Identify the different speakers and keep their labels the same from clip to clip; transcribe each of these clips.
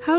Speaker 1: how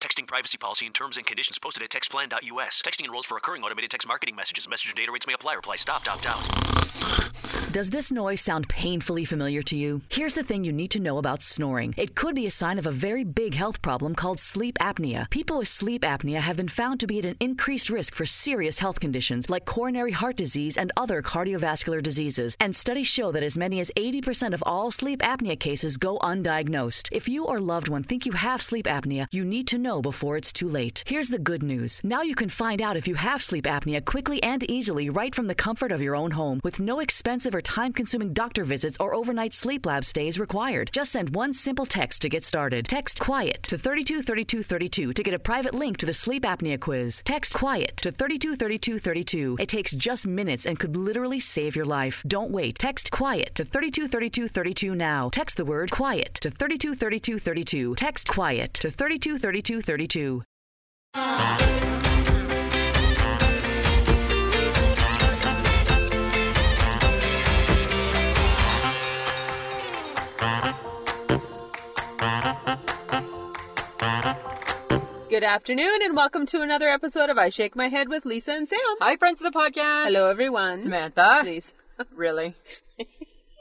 Speaker 2: Texting privacy policy and terms and conditions posted at textplan.us. Texting enrolls for recurring automated text marketing messages. Message and data rates may apply. Reply stop, opt out.
Speaker 3: Does this noise sound painfully familiar to you? Here's the thing you need to know about snoring. It could be a sign of a very big health problem called sleep apnea. People with sleep apnea have been found to be at an increased risk for serious health conditions like coronary heart disease and other cardiovascular diseases. And studies show that as many as 80% of all sleep apnea cases go undiagnosed. If you or loved one think you have sleep apnea, you need to know before it's too late. Here's the good news. Now you can find out if you have sleep apnea quickly and easily right from the comfort of your own home with no expensive or time consuming doctor visits or overnight sleep lab stays required. Just send one simple text to get started. Text QUIET to 323232 to get a private link to the sleep apnea quiz. Text QUIET to 323232. It takes just minutes and could literally save your life. Don't wait. Text QUIET to 323232 now. Text the word QUIET to 323232. Text QUIET to 323232.
Speaker 4: Good afternoon and welcome to another episode of I Shake My Head with Lisa and Sam.
Speaker 5: Hi, friends of the podcast.
Speaker 4: Hello everyone.
Speaker 5: Samantha.
Speaker 4: Please.
Speaker 5: Really?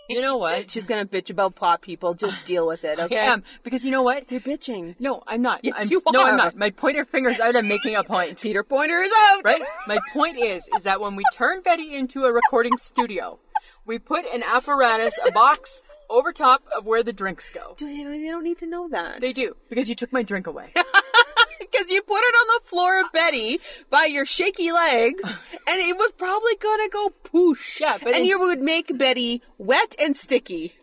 Speaker 5: You know what?
Speaker 4: She's gonna bitch about pot people. Just deal with it, okay?
Speaker 5: I am because you know what?
Speaker 4: You're bitching.
Speaker 5: No, I'm not.
Speaker 4: Yes,
Speaker 5: I'm,
Speaker 4: you
Speaker 5: No,
Speaker 4: are.
Speaker 5: I'm not. My pointer finger's out. I'm making a point.
Speaker 4: Peter Pointer is out!
Speaker 5: Right? My point is, is that when we turn Betty into a recording studio, we put an apparatus, a box, over top of where the drinks go.
Speaker 4: Do They they don't need to know that.
Speaker 5: They do because you took my drink away.
Speaker 4: Because you put it on the floor of Betty by your shaky legs, and it was probably gonna go poosh.
Speaker 5: Yeah, but
Speaker 4: and
Speaker 5: it's-
Speaker 4: you would make Betty wet and sticky.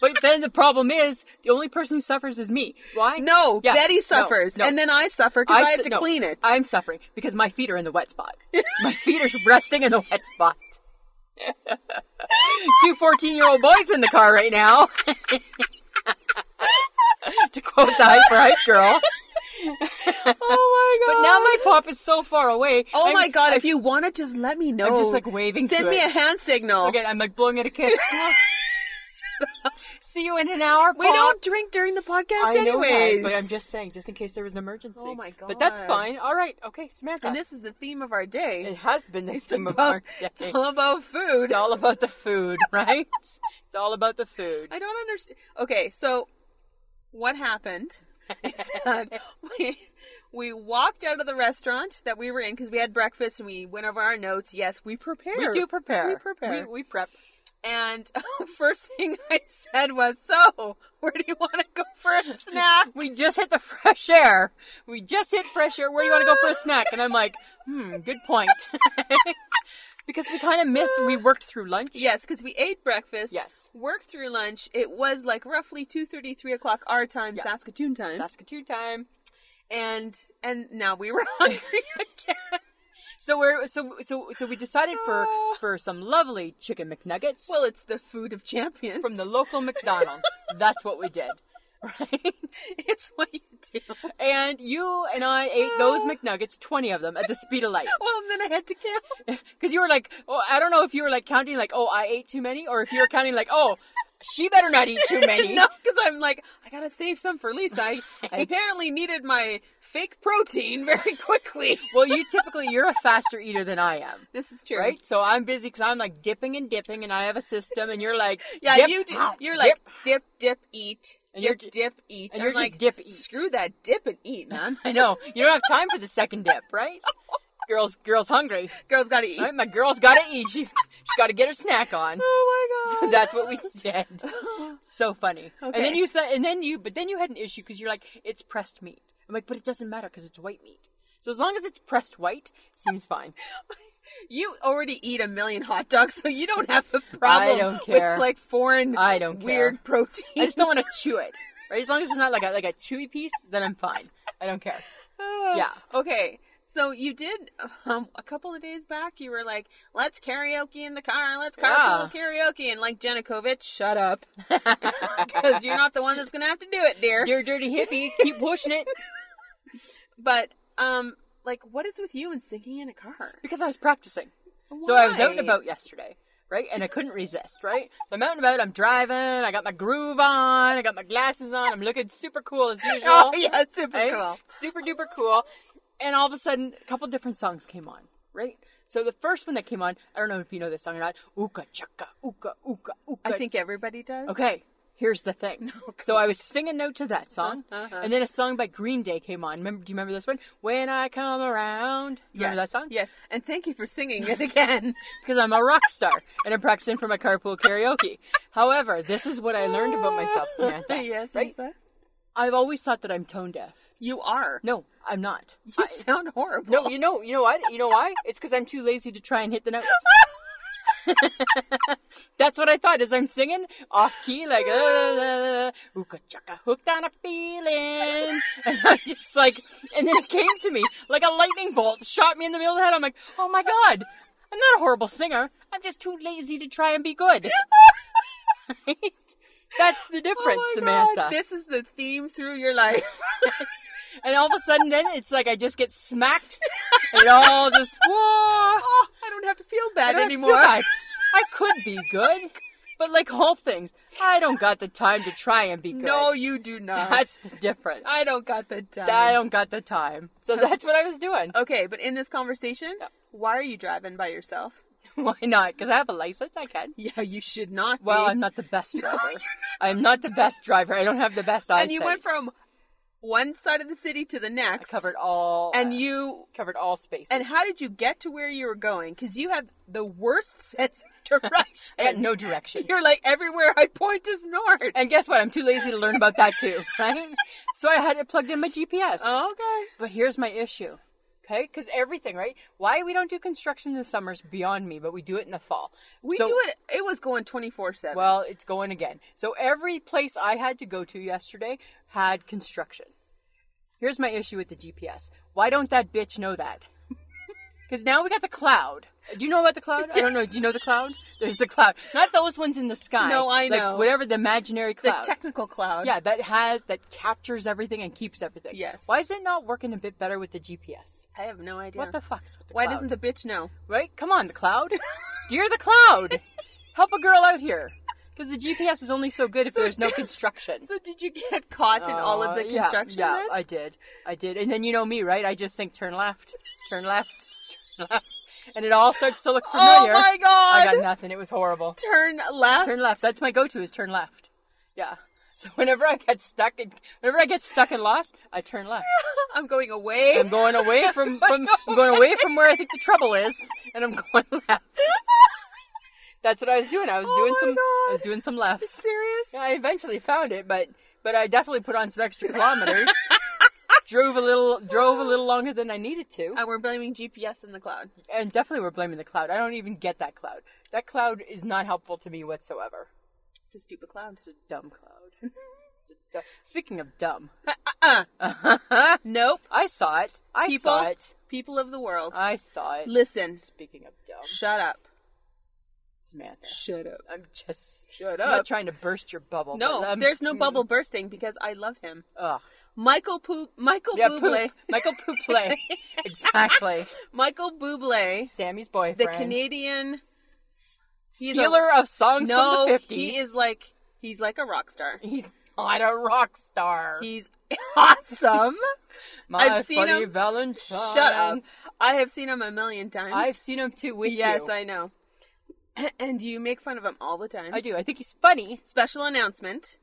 Speaker 5: But then the problem is, the only person who suffers is me. Why?
Speaker 4: No,
Speaker 5: Yeah,
Speaker 4: Betty
Speaker 5: no,
Speaker 4: suffers,
Speaker 5: no.
Speaker 4: and then I suffer because I,
Speaker 5: su-
Speaker 4: have to
Speaker 5: no,
Speaker 4: clean it.
Speaker 5: I'm suffering because my feet are in the wet spot. my feet are resting in the wet spot. Two 14 year old boys in the car right now. to quote the hype for hype girl.
Speaker 4: oh my
Speaker 5: But
Speaker 4: god!
Speaker 5: now my pop is so far away.
Speaker 4: Oh
Speaker 5: I'm-
Speaker 4: my god,
Speaker 5: I-
Speaker 4: if you want to just let me know.
Speaker 5: I'm just, like, waving
Speaker 4: Send
Speaker 5: to
Speaker 4: me
Speaker 5: it.
Speaker 4: a hand signal.
Speaker 5: Okay, I'm like blowing it a kiss. See you in an hour.
Speaker 4: We
Speaker 5: Pop.
Speaker 4: don't drink during the podcast
Speaker 5: I know that,
Speaker 4: anyways.
Speaker 5: but I'm just saying, just in case there was an emergency.
Speaker 4: Oh my
Speaker 5: But that's
Speaker 4: God.
Speaker 5: fine. All right. Okay, Samantha.
Speaker 4: and this is the theme of our day.
Speaker 5: It has been the
Speaker 4: It's
Speaker 5: theme of
Speaker 4: about-
Speaker 5: our day.
Speaker 4: It's all about food.
Speaker 5: It's all about the food, right? it's all about the food.
Speaker 4: I don't understand. Okay, so what happened is that we we walked out of the restaurant that we were in because we had breakfast and we went over our notes. Yes, we prepared.
Speaker 5: We do prepare.
Speaker 4: We prepare.
Speaker 5: We, we prep.
Speaker 4: and first thing I said was, "So, where do you want to go for a snack?"
Speaker 5: We just hit the fresh air. We just hit fresh air. Where do you want to go for a snack? And I'm like, hmm, good point. because we kind of missed. We worked through lunch.
Speaker 4: Yes, because we ate breakfast.
Speaker 5: Yes.
Speaker 4: Worked through lunch. It was like roughly two thirty, three o'clock our time,
Speaker 5: Yeah.
Speaker 4: Saskatoon time.
Speaker 5: Saskatoon time.
Speaker 4: and and now we were hungry again.
Speaker 5: So we're so so so we decided for for some lovely chicken McNuggets
Speaker 4: Ah. well, it's the food of champions.
Speaker 5: from the local McDonald's. That's what we did, right?
Speaker 4: it's what you do. Ah.
Speaker 5: And you and I ate those McNuggets, 20 of them, at the speed of light.
Speaker 4: Well, and then I had to count.
Speaker 5: Because you were like, oh, I don't know if you were like counting like, oh, I ate too many, or if you were counting like, oh, she better not eat too many.
Speaker 4: no, because I'm like, I gotta save some for Lisa. I apparently needed my fake protein very quickly.
Speaker 5: Well, you typically you're a faster eater than I am,
Speaker 4: This is true,
Speaker 5: right? So I'm busy because I'm like dipping and dipping, and I have a system, and you're like,
Speaker 4: Yeah,
Speaker 5: dip,
Speaker 4: you do.
Speaker 5: pow,
Speaker 4: You're
Speaker 5: dip.
Speaker 4: like dip, dip, eat,
Speaker 5: And you're
Speaker 4: dip,
Speaker 5: ju-
Speaker 4: dip, eat,
Speaker 5: and
Speaker 4: I'm
Speaker 5: you're just
Speaker 4: like,
Speaker 5: dip, eat.
Speaker 4: Screw that, dip and eat, man.
Speaker 5: I know you don't have time for the second dip, right? girls, girls hungry.
Speaker 4: Girls gotta eat.
Speaker 5: Right? My girl's gotta eat. She's she's gotta get her snack on.
Speaker 4: Oh my
Speaker 5: So
Speaker 4: god.
Speaker 5: that's what we did. So funny.
Speaker 4: Okay.
Speaker 5: And then you said, and then you, but then you had an issue because you're like, it's pressed meat. I'm like, but it doesn't matter because it's white meat. So as long as it's pressed white, seems fine.
Speaker 4: You already eat a million hot dogs, so you don't have a problem
Speaker 5: don't
Speaker 4: with
Speaker 5: care.
Speaker 4: like foreign
Speaker 5: I don't care.
Speaker 4: weird protein.
Speaker 5: I just don't want to chew it. right? As long as it's not like a like a chewy piece, then I'm fine. I don't care. Yeah.
Speaker 4: Okay. So you did um, a couple of days back. You were like, "Let's karaoke in the car. Let's carpool karaoke." And like Janukovic, shut up, because you're not the one that's gonna have to do it, dear.
Speaker 5: You're a dirty hippie. Keep pushing it.
Speaker 4: But um, like, what is with you and singing in a car?
Speaker 5: Because I was practicing. So I was out
Speaker 4: Why?
Speaker 5: and
Speaker 4: Mm-hmm.
Speaker 5: about yesterday, right? And I couldn't resist, right? So I'm out and about, I'm driving, I got my groove on, I got my glasses on, I'm looking super cool as usual.
Speaker 4: Oh yeah, super
Speaker 5: right?
Speaker 4: cool.
Speaker 5: Super duper cool. And all of a sudden, a couple different songs came on, right? So the first one that came on, I don't know if you know this song or not, Ooka Chaka, Ooka, Ooka, Ooka.
Speaker 4: I think everybody does.
Speaker 5: Okay, here's the thing. so I was singing note to that song,
Speaker 4: Uh-huh.
Speaker 5: and then a song by Green Day came on. Remember, do you remember this one? When I Come Around.
Speaker 4: Yes.
Speaker 5: You Remember that song?
Speaker 4: Yes. And thank you for singing it again.
Speaker 5: because I'm a rock star and I'm practicing for my carpool karaoke. However, this is what I learned about myself, Samantha.
Speaker 4: yes,
Speaker 5: right?
Speaker 4: Lisa.
Speaker 5: I've always thought that I'm tone deaf.
Speaker 4: You are.
Speaker 5: No, I'm not.
Speaker 4: You sound horrible.
Speaker 5: No, you know, you know what? You know why? It's because I'm too lazy to try and hit the notes. That's what I thought as I'm singing off key, like uh, ooka chaka hooked on a feeling, and I'm just like, and then it came to me like a lightning bolt, shot me in the middle of the head. I'm like, oh my god, I'm not a horrible singer. I'm just too lazy to try and be good. Right? That's the difference,
Speaker 4: oh my
Speaker 5: Samantha.
Speaker 4: God. This is the theme through your life.
Speaker 5: and all of a sudden, then it's like I just get smacked. and It all just whoa.
Speaker 4: oh, I don't have to feel
Speaker 5: I
Speaker 4: bad
Speaker 5: don't
Speaker 4: anymore.
Speaker 5: feel like- I could be good, but like all things, I don't got the time to try and be good.
Speaker 4: No, you do not.
Speaker 5: that's different. I,
Speaker 4: I don't got the time.
Speaker 5: I don't got the time. So that's what I was doing.
Speaker 4: Okay, but in this conversation, why are you driving by yourself?
Speaker 5: Why not? Because I have a license. I can.
Speaker 4: Yeah, you should not.
Speaker 5: Well,
Speaker 4: be.
Speaker 5: I'm not the best driver. I'm not the best driver. I don't have the best eyesight.
Speaker 4: And you went from one side of the city to the
Speaker 5: I
Speaker 4: next.
Speaker 5: covered all
Speaker 4: And
Speaker 5: uh,
Speaker 4: you.
Speaker 5: covered all spaces.
Speaker 4: And how did you get to where you were going? Because you have the worst sense of direction.
Speaker 5: I got no direction.
Speaker 4: You're like everywhere I point is north.
Speaker 5: And guess what? I'm too lazy to learn about that too, right? So I had it plugged in my GPS.
Speaker 4: okay.
Speaker 5: But here's my issue. Okay? Because everything, right? Why we don't do construction in the summer is beyond me, but we do it in the fall.
Speaker 4: We do it. It was going twenty four seven.
Speaker 5: Well, it's going again. So every place I had to go to yesterday had construction. Here's my issue with the GPS. Why don't that bitch know that? Because now we got the cloud. Do you know about the cloud? I don't know. Do you know the cloud? There's the cloud. Not those ones in the sky.
Speaker 4: No, I
Speaker 5: Like,
Speaker 4: know.
Speaker 5: Whatever the imaginary
Speaker 4: the
Speaker 5: cloud.
Speaker 4: technical cloud.
Speaker 5: Yeah, that has that captures everything and keeps everything.
Speaker 4: Yes.
Speaker 5: Why is it not working a bit better with the GPS?
Speaker 4: I have no idea.
Speaker 5: What the fuck's with the
Speaker 4: Why
Speaker 5: cloud?
Speaker 4: doesn't the bitch know?
Speaker 5: right? Come on, the cloud. Dear the cloud, help a girl out here. Because the GPS is only so good if there's no construction.
Speaker 4: So did you get caught in all of the
Speaker 5: Uh, yeah,
Speaker 4: construction?
Speaker 5: Yeah,
Speaker 4: then?
Speaker 5: I did. I did. And then you know me, right? I just think turn left, turn left, turn left, and it all starts to look
Speaker 4: oh
Speaker 5: familiar.
Speaker 4: my
Speaker 5: I
Speaker 4: god!
Speaker 5: got nothing. It was horrible.
Speaker 4: Turn left.
Speaker 5: turn left. That's my go-to is turn left. Yeah. So whenever I get stuck, and, whenever I get stuck and lost, I turn left.
Speaker 4: I'm going away.
Speaker 5: I'm going away from, from I'm going away from where I think the trouble is, and I'm going left. That's what I was doing. I was
Speaker 4: Oh
Speaker 5: doing
Speaker 4: my
Speaker 5: some I was
Speaker 4: God.
Speaker 5: doing some lefts.
Speaker 4: serious.
Speaker 5: I eventually found it, but but I definitely put on some extra kilometers. drove a little drove a little longer than I needed to,
Speaker 4: And we're blaming GPS in the cloud.
Speaker 5: and definitely we're blaming the cloud. I don't even get that cloud. That cloud is not helpful to me whatsoever.
Speaker 4: It's a stupid cloud.
Speaker 5: It's a dumb cloud. It's a du- Speaking of dumb,
Speaker 4: Uh. uh Nope.
Speaker 5: I saw it. I
Speaker 4: People.
Speaker 5: saw it.
Speaker 4: People of the world,
Speaker 5: I Oh. saw it.
Speaker 4: listen.
Speaker 5: Speaking of dumb,
Speaker 4: Shut up.
Speaker 5: Samantha,
Speaker 4: Shut up.
Speaker 5: I'm just shut
Speaker 4: up.
Speaker 5: I'm not trying to burst your bubble.
Speaker 4: No,
Speaker 5: but I'm-
Speaker 4: there's no bubble bursting because I love him.
Speaker 5: Ugh.
Speaker 4: Michael Poop. Michael
Speaker 5: Yeah,
Speaker 4: Bublé.
Speaker 5: poop. Michael Pouplay. exactly.
Speaker 4: Michael Bublé,
Speaker 5: Sammy's
Speaker 4: the
Speaker 5: boyfriend.
Speaker 4: Canadian he's a-
Speaker 5: Stealer of songs
Speaker 4: No,
Speaker 5: from the 50s.
Speaker 4: he is like he's like a rock star.
Speaker 5: He's not a rock star.
Speaker 4: He's awesome.
Speaker 5: My
Speaker 4: I've seen
Speaker 5: funny
Speaker 4: him.
Speaker 5: Valentine.
Speaker 4: Shut up. I have seen him a million times.
Speaker 5: I've seen him too with
Speaker 4: yes,
Speaker 5: you.
Speaker 4: I know. And you make fun of him all the time.
Speaker 5: I do. I think he's funny.
Speaker 4: Special announcement.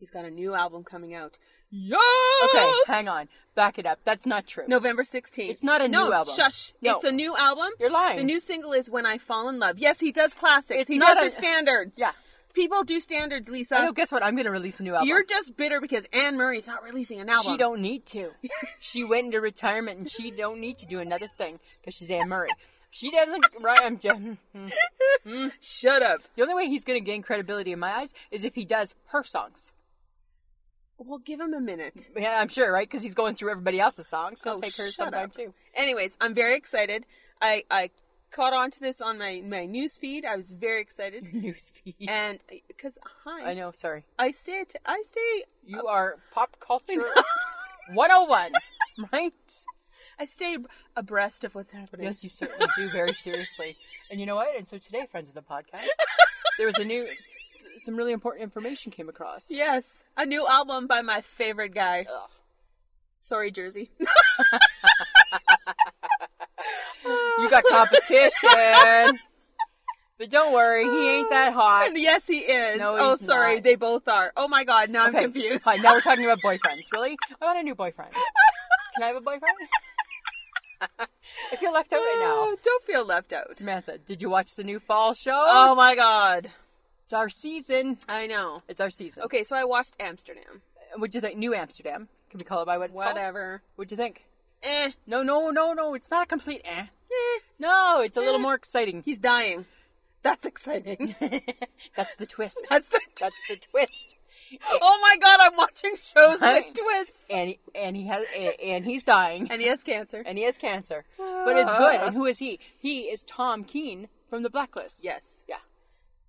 Speaker 4: He's got a new album coming out.
Speaker 5: Yes. Okay, hang on. Back it up. That's not true.
Speaker 4: November 16th.
Speaker 5: It's not a
Speaker 4: no,
Speaker 5: new album.
Speaker 4: Shush.
Speaker 5: No.
Speaker 4: It's a new album.
Speaker 5: You're lying.
Speaker 4: The new single is When I Fall in Love. Yes, he does classics.
Speaker 5: It's
Speaker 4: he
Speaker 5: not
Speaker 4: does the
Speaker 5: a-
Speaker 4: standards.
Speaker 5: Yeah.
Speaker 4: People do standards, Lisa.
Speaker 5: I know. Guess what? I'm gonna release a new album.
Speaker 4: You're just bitter because Anne Murray's not releasing an album.
Speaker 5: She don't need to. she went into retirement and she don't need to do another thing because she's Anne Murray. She doesn't. Right? I'm just. hmm,
Speaker 4: Shut up.
Speaker 5: The only way he's gonna gain credibility in my eyes is if he does her songs.
Speaker 4: Well, give him a minute.
Speaker 5: Yeah, I'm sure, right? Because he's going through everybody else's songs. He'll
Speaker 4: Oh,
Speaker 5: take hers
Speaker 4: shut
Speaker 5: sometime
Speaker 4: up.
Speaker 5: too.
Speaker 4: Anyways, I'm very excited. I I caught on to this on my my news feed. I was very excited,
Speaker 5: Newsfeed.
Speaker 4: and because hi,
Speaker 5: I know. Sorry.
Speaker 4: I stay att- I stay
Speaker 5: You are pop culture 101, right?
Speaker 4: I stay abreast of what's happening.
Speaker 5: Yes, you certainly do very seriously. And you know what? And so today, friends of the podcast, there was a new, s- some really important information came across.
Speaker 4: Yes, a new album by my favorite guy.
Speaker 5: Ugh.
Speaker 4: Sorry, Jersey.
Speaker 5: You got competition. but don't worry, he ain't that hot.
Speaker 4: And yes, he is.
Speaker 5: No,
Speaker 4: oh,
Speaker 5: he's
Speaker 4: sorry,
Speaker 5: not.
Speaker 4: they both are. Oh my God, now I'm confused.
Speaker 5: Fine, now we're talking about boyfriends. Really? I want a new boyfriend. Can I have a boyfriend? I feel left out right
Speaker 4: Oh, don't feel left out.
Speaker 5: now. Samantha, did you watch the new fall show?
Speaker 4: Oh my God,
Speaker 5: It's our season.
Speaker 4: I know.
Speaker 5: It's our season.
Speaker 4: Okay, so I watched Amsterdam.
Speaker 5: What'd you think? New Amsterdam. Can we call it by what it's called?
Speaker 4: Whatever.
Speaker 5: What'd you think?
Speaker 4: Eh,
Speaker 5: No, no, no, no. It's not a complete eh. No, it's a little more exciting.
Speaker 4: he's dying. That's exciting.
Speaker 5: That's the twist.
Speaker 4: That's the
Speaker 5: That's the twist.
Speaker 4: oh my God, I'm watching shows
Speaker 5: Right.
Speaker 4: with twists.
Speaker 5: And he, and he has and- and he's dying.
Speaker 4: And he has cancer.
Speaker 5: And he has cancer. But it's good. And who is he? He is Tom Keene from The Blacklist.
Speaker 4: yes,
Speaker 5: Yeah.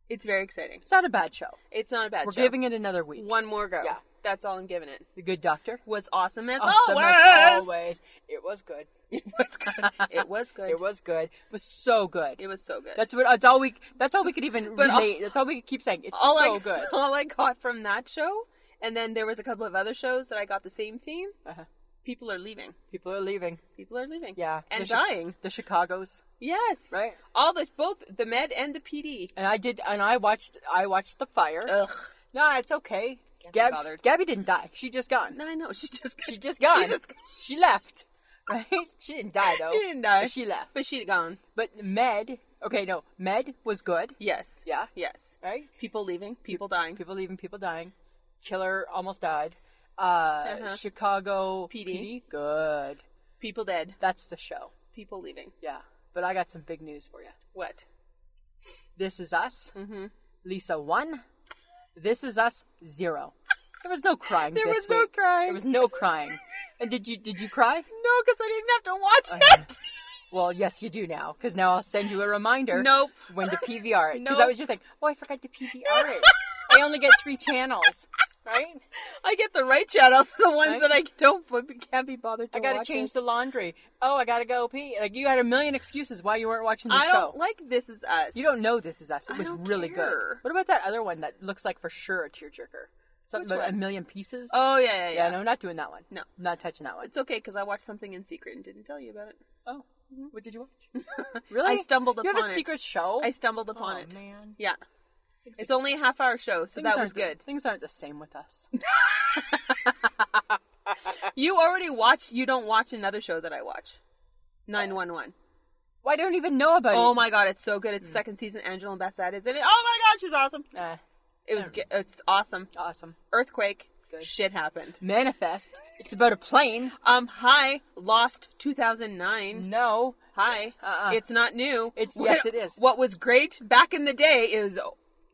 Speaker 4: it's very exciting.
Speaker 5: It's not a bad show.
Speaker 4: It's not a bad
Speaker 5: We're
Speaker 4: show.
Speaker 5: giving it another week.
Speaker 4: one more go.
Speaker 5: Yeah.
Speaker 4: That's all I'm giving it.
Speaker 5: The Good Doctor.
Speaker 4: was awesome as
Speaker 5: Awesome
Speaker 4: always.
Speaker 5: as always. It was good. It was good.
Speaker 4: It was good.
Speaker 5: It was good. It was so good.
Speaker 4: It was so good.
Speaker 5: That's what. That's all we. That's all we could even
Speaker 4: But all-
Speaker 5: relate. that's all we could keep saying. It's
Speaker 4: all
Speaker 5: so
Speaker 4: I
Speaker 5: good.
Speaker 4: all I got from that show, and then there was a couple of other shows that I got the same theme.
Speaker 5: Uh-huh.
Speaker 4: People are leaving.
Speaker 5: People are leaving.
Speaker 4: People are leaving.
Speaker 5: Yeah.
Speaker 4: and
Speaker 5: The Chi-
Speaker 4: dying.
Speaker 5: The Chicago's.
Speaker 4: Yes,
Speaker 5: Right.
Speaker 4: All the both the med and the PD.
Speaker 5: And I did. And I watched. I watched the fire.
Speaker 4: Ugh.
Speaker 5: Nah, it's okay.
Speaker 4: be
Speaker 5: Gab-
Speaker 4: bothered.
Speaker 5: Gabby didn't die. She just gone.
Speaker 4: No, I know. She just
Speaker 5: She just gone.
Speaker 4: just gone.
Speaker 5: She left. Right? She didn't die though.
Speaker 4: She didn't die.
Speaker 5: But she left.
Speaker 4: but she gone.
Speaker 5: But Med. Okay, no. Med was good.
Speaker 4: Yes.
Speaker 5: Yeah.
Speaker 4: Yes.
Speaker 5: Right.
Speaker 4: People leaving. People dying.
Speaker 5: People leaving. People dying. Killer almost died. Uh,
Speaker 4: Uh-huh.
Speaker 5: Chicago
Speaker 4: PD.
Speaker 5: Good.
Speaker 4: People dead.
Speaker 5: That's the show.
Speaker 4: People leaving.
Speaker 5: Yeah. But I got some big news for you.
Speaker 4: What? Mm-hmm.
Speaker 5: This is us. Lisa one. This is us zero. There was no crying.
Speaker 4: There
Speaker 5: this
Speaker 4: was no
Speaker 5: week.
Speaker 4: crying.
Speaker 5: There was no crying. And did you did you cry?
Speaker 4: No, because I didn't have to watch
Speaker 5: I know.
Speaker 4: it.
Speaker 5: Well, yes, you do now, because now I'll send you a reminder.
Speaker 4: Nope.
Speaker 5: When to PVR it, because that
Speaker 4: Nope.
Speaker 5: was your thing. Oh, I forgot to PVR it. I only get three channels, right?
Speaker 4: I get the right channels, the ones
Speaker 5: Right?
Speaker 4: that I don't can't be bothered to
Speaker 5: I gotta
Speaker 4: watch
Speaker 5: change
Speaker 4: it.
Speaker 5: the laundry. Oh, I gotta go pee. Like you had a million excuses why you weren't watching the
Speaker 4: I
Speaker 5: show.
Speaker 4: don't like This Is Us.
Speaker 5: you don't know this is us. It
Speaker 4: I
Speaker 5: was
Speaker 4: don't
Speaker 5: really
Speaker 4: care.
Speaker 5: good. What about that other one that looks like for sure a tearjerker? Something
Speaker 4: Which
Speaker 5: about a
Speaker 4: one?
Speaker 5: million pieces.
Speaker 4: Oh yeah, yeah,
Speaker 5: yeah,
Speaker 4: yeah.
Speaker 5: no, not doing that one.
Speaker 4: No.
Speaker 5: not touching that one.
Speaker 4: It's okay because I watched something in secret and didn't tell you about it.
Speaker 5: oh, what did you watch? really?
Speaker 4: mm-hmm. I stumbled
Speaker 5: you
Speaker 4: upon
Speaker 5: have a
Speaker 4: it.
Speaker 5: secret show.
Speaker 4: I stumbled upon
Speaker 5: oh,
Speaker 4: it.
Speaker 5: man.
Speaker 4: Yeah. It's only a half hour show, so that was
Speaker 5: aren't the-
Speaker 4: good.
Speaker 5: Things aren't the same with us.
Speaker 4: You already watched. You don't watch another show that I watch. Nine One One.
Speaker 5: Well, I don't even know about
Speaker 4: Oh
Speaker 5: it. Mm.
Speaker 4: my god, it's so good. It's second season. Angela Bassett is in it. Oh my god, she's awesome.
Speaker 5: Uh,
Speaker 4: It was. ge- It's awesome.
Speaker 5: awesome.
Speaker 4: Earthquake.
Speaker 5: Good.
Speaker 4: Shit happened.
Speaker 5: Manifest. It's about a plane.
Speaker 4: Um. Hi. Lost 2009.
Speaker 5: No.
Speaker 4: Hi.
Speaker 5: Uh-uh.
Speaker 4: It's not new.
Speaker 5: It's-
Speaker 4: What-
Speaker 5: yes, it is.
Speaker 4: What was great back in the day is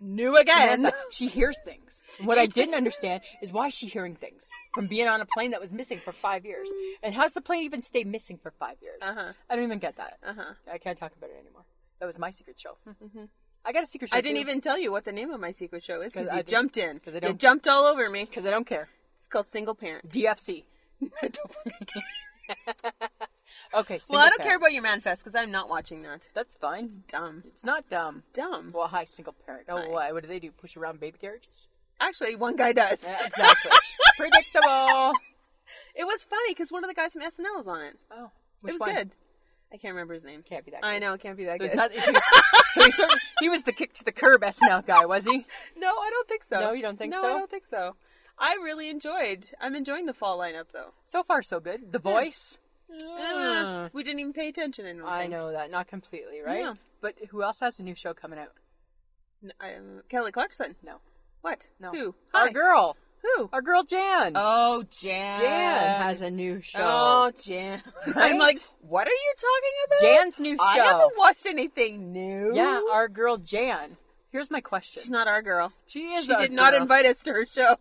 Speaker 4: new again.
Speaker 5: Samantha, she hears things. What I didn't understand is why is she hearing things from being on a plane that was missing for five years. And how's the plane even stay missing for five years?
Speaker 4: Uh-huh.
Speaker 5: I don't even get that.
Speaker 4: Uh-huh. Mm-hmm.
Speaker 5: I can't talk about it anymore. That was my secret show. I got a secret show.
Speaker 4: I didn't even tell you what the name of my secret show is
Speaker 5: 'Cause
Speaker 4: because
Speaker 5: I
Speaker 4: you
Speaker 5: didn't-
Speaker 4: jumped in.
Speaker 5: 'cause I
Speaker 4: you
Speaker 5: don't-
Speaker 4: jumped all over me.
Speaker 5: because I don't care.
Speaker 4: It's called Single Parent.
Speaker 5: DFC. okay.
Speaker 4: well, I
Speaker 5: single
Speaker 4: don't care
Speaker 5: parent.
Speaker 4: about your manifest because I'm not watching that.
Speaker 5: That's fine.
Speaker 4: Dumb.
Speaker 5: It's not dumb.
Speaker 4: Dumb.
Speaker 5: Well, hi, single parent. Oh,
Speaker 4: Hi.
Speaker 5: why? What do they do? Push around baby carriages?
Speaker 4: Actually, one guy does.
Speaker 5: Yeah, exactly. Predictable.
Speaker 4: It was funny because one of the guys from SNL is on it.
Speaker 5: Oh,
Speaker 4: it was good. I can't remember his name.
Speaker 5: Can't be that.
Speaker 4: I
Speaker 5: good.
Speaker 4: know, it can't be that good.
Speaker 5: So he's not. is he- so he certainly he was the kick to the curb SNL guy, was he?
Speaker 4: No, I don't think so.
Speaker 5: No, you don't think
Speaker 4: no,
Speaker 5: so?
Speaker 4: I don't think so. I really enjoyed. I'm enjoying the fall lineup though.
Speaker 5: So far, so good. The voice.
Speaker 4: Ah, we didn't even pay attention. I don't
Speaker 5: I
Speaker 4: think.
Speaker 5: know that not completely, right?
Speaker 4: Yeah.
Speaker 5: But who else has a new show coming out?
Speaker 4: N- um, Kelly Clarkson.
Speaker 5: No,
Speaker 4: What?
Speaker 5: no.
Speaker 4: Who?
Speaker 5: Our
Speaker 4: Hi.
Speaker 5: girl.
Speaker 4: Who?
Speaker 5: Our girl Jan.
Speaker 4: Oh, Jan.
Speaker 5: Jan has a new show.
Speaker 4: Oh, Jan.
Speaker 5: Right?
Speaker 4: I'm like, what are you talking about?
Speaker 5: Jan's new
Speaker 4: I
Speaker 5: show.
Speaker 4: haven't watched anything new.
Speaker 5: Yeah, our girl Jan. Here's my question.
Speaker 4: she's not our girl.
Speaker 5: She is.
Speaker 4: she
Speaker 5: our
Speaker 4: did not
Speaker 5: girl.
Speaker 4: invite us to her show.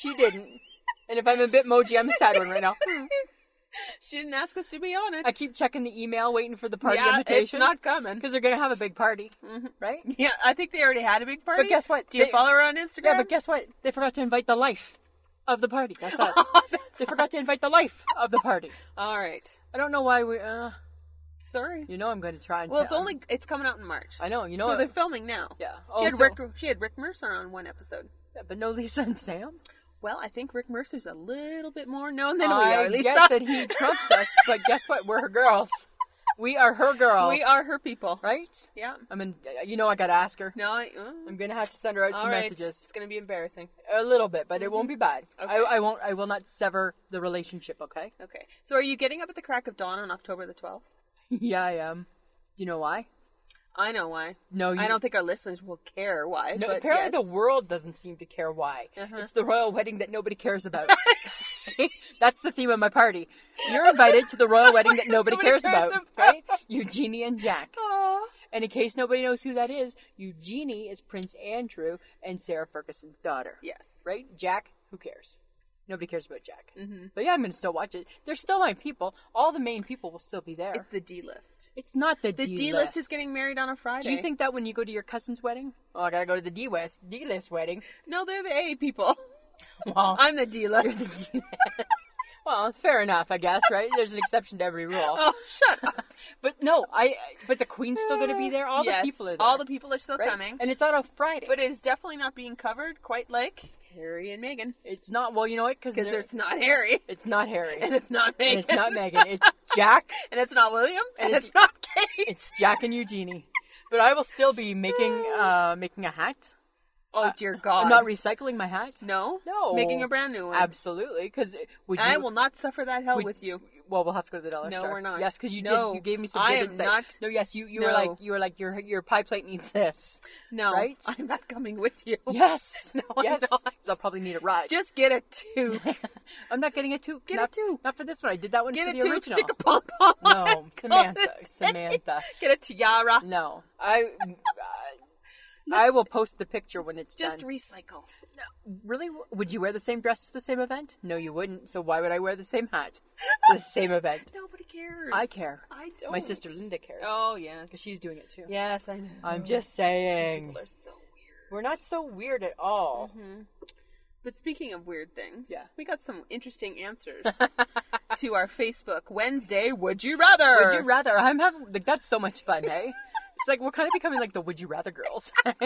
Speaker 5: She didn't. And if I'm a Bitmoji, I'm a sad one right now. Hmm.
Speaker 4: She didn't ask us to be on it.
Speaker 5: I keep checking the email, waiting for the party
Speaker 4: yeah,
Speaker 5: invitation.
Speaker 4: it's not coming.
Speaker 5: because they're gonna have a big party, right?
Speaker 4: Yeah, I think they already had a big party.
Speaker 5: But guess what?
Speaker 4: Do you
Speaker 5: They-
Speaker 4: follow her on Instagram?
Speaker 5: Yeah, but guess what? They forgot to invite the life of the party. That's us.
Speaker 4: Oh,
Speaker 5: they forgot to invite the life of the party.
Speaker 4: All right.
Speaker 5: I don't know why we. Uh,
Speaker 4: Sorry.
Speaker 5: you know, I'm gonna try. And
Speaker 4: Well,
Speaker 5: tell-
Speaker 4: it's only it's coming out in March.
Speaker 5: I know. You know.
Speaker 4: So
Speaker 5: what?
Speaker 4: they're filming now.
Speaker 5: Yeah.
Speaker 4: she
Speaker 5: Oh,
Speaker 4: had
Speaker 5: so-
Speaker 4: Rick. She had Rick Mercer on one episode.
Speaker 5: Yeah, but no Lisa and Sam.
Speaker 4: Well, I think Rick Mercer's a little bit more known than we
Speaker 5: I
Speaker 4: are. Lisa.
Speaker 5: get that he trumps us, but guess what? We're her girls. We are her girls.
Speaker 4: we are her people.
Speaker 5: right.
Speaker 4: Yeah.
Speaker 5: I mean, you know, I gotta ask her.
Speaker 4: No. I, uh,
Speaker 5: I'm gonna have to send her out some messages.
Speaker 4: It's gonna be embarrassing.
Speaker 5: A little bit, but it won't be bad.
Speaker 4: Okay.
Speaker 5: I, I won't. I will not sever the relationship. Okay.
Speaker 4: Okay. So are you getting up at the crack of dawn on October the 12th?
Speaker 5: yeah, I am. Do you know why?
Speaker 4: I know why.
Speaker 5: No, you,
Speaker 4: I don't think our listeners will care why.
Speaker 5: No,
Speaker 4: but
Speaker 5: apparently
Speaker 4: yes.
Speaker 5: the world doesn't seem to care why.
Speaker 4: Uh-huh.
Speaker 5: It's the royal wedding that nobody cares about. That's the theme of my party. You're invited to the royal wedding that
Speaker 4: Nobody
Speaker 5: nobody, cares,
Speaker 4: cares
Speaker 5: about,
Speaker 4: about. Oh,
Speaker 5: right? Eugenie and Jack.
Speaker 4: Aw.
Speaker 5: And in case nobody knows who that is, Eugenie is Prince Andrew and Sarah Ferguson's daughter.
Speaker 4: Yes.
Speaker 5: Right? Jack, who cares? Nobody cares about Jack. Mm-hmm. But yeah, I'm gonna still watch it. They're still my people. All the main people will still be there.
Speaker 4: It's the D list.
Speaker 5: It's not the,
Speaker 4: The D list is getting married on a Friday.
Speaker 5: Do you think that when you go to your cousin's wedding? Oh, I gotta go to the D West D list wedding.
Speaker 4: No, they're the A people.
Speaker 5: Well,
Speaker 4: I'm the D list.
Speaker 5: well, fair enough, I guess, right? There's an exception to every rule.
Speaker 4: oh, shut up.
Speaker 5: But no, I. But the queen's still going to be there. All
Speaker 4: Yes,
Speaker 5: the people are there.
Speaker 4: All the people are still
Speaker 5: right?
Speaker 4: coming.
Speaker 5: and it's on a Friday.
Speaker 4: but it is definitely not being covered quite like Harry and Meghan.
Speaker 5: it's not. Well, you know what? Because
Speaker 4: Because it's not Harry.
Speaker 5: It's not Harry.
Speaker 4: And it's not Meghan.
Speaker 5: And it's not Megan. It's Jack.
Speaker 4: and it's not William. And,
Speaker 5: And
Speaker 4: it's,
Speaker 5: it's-
Speaker 4: not Kate.
Speaker 5: It's Jack and Eugenie. But I will still be making uh making a hat.
Speaker 4: Oh dear God.
Speaker 5: I'm not recycling my hat.
Speaker 4: no.
Speaker 5: No.
Speaker 4: Making a brand new one.
Speaker 5: Absolutely, because would you?
Speaker 4: I will not suffer that hell
Speaker 5: Would-
Speaker 4: with you.
Speaker 5: Well, we'll have to go to the dollar
Speaker 4: No,
Speaker 5: store.
Speaker 4: we're not.
Speaker 5: Yes, because you
Speaker 4: No,
Speaker 5: did. You gave me some
Speaker 4: I
Speaker 5: good
Speaker 4: am
Speaker 5: insight.
Speaker 4: not-
Speaker 5: No, yes, you you
Speaker 4: No.
Speaker 5: were like you were like your your pie plate needs this.
Speaker 4: No.
Speaker 5: Right?
Speaker 4: I'm not coming with you.
Speaker 5: Yes.
Speaker 4: No, I'm
Speaker 5: yes.
Speaker 4: not.
Speaker 5: 'Cause I'll probably need a ride.
Speaker 4: Just get a tube.
Speaker 5: I'm not getting a toque.
Speaker 4: Get a
Speaker 5: not,
Speaker 4: toque.
Speaker 5: Not for this one. I did that one
Speaker 4: Get
Speaker 5: for
Speaker 4: a
Speaker 5: the
Speaker 4: tube.
Speaker 5: original.
Speaker 4: Stick a pump on.
Speaker 5: no,
Speaker 4: it, call it
Speaker 5: Samantha.
Speaker 4: a day.
Speaker 5: Samantha.
Speaker 4: Get a tiara.
Speaker 5: No. I I will post the picture when it's
Speaker 4: Just
Speaker 5: done.
Speaker 4: recycle.
Speaker 5: really would you wear the same dress to the same event? No, you wouldn't. So why would I wear the same hat to the same event?
Speaker 4: Nobody cares.
Speaker 5: I care.
Speaker 4: I don't.
Speaker 5: My sister Linda cares.
Speaker 4: Oh yes.
Speaker 5: Because she's doing it too. Mm-hmm.
Speaker 4: Yes, I know.
Speaker 5: I'm just saying.
Speaker 4: People are so weird.
Speaker 5: We're not so weird at all.
Speaker 4: But speaking of weird things,
Speaker 5: Yeah.
Speaker 4: we got some interesting answers to our Facebook Wednesday Would You Rather?
Speaker 5: Would you rather? I'm having like that's so much fun, hey? it's like we're kind of becoming like the would you rather girls.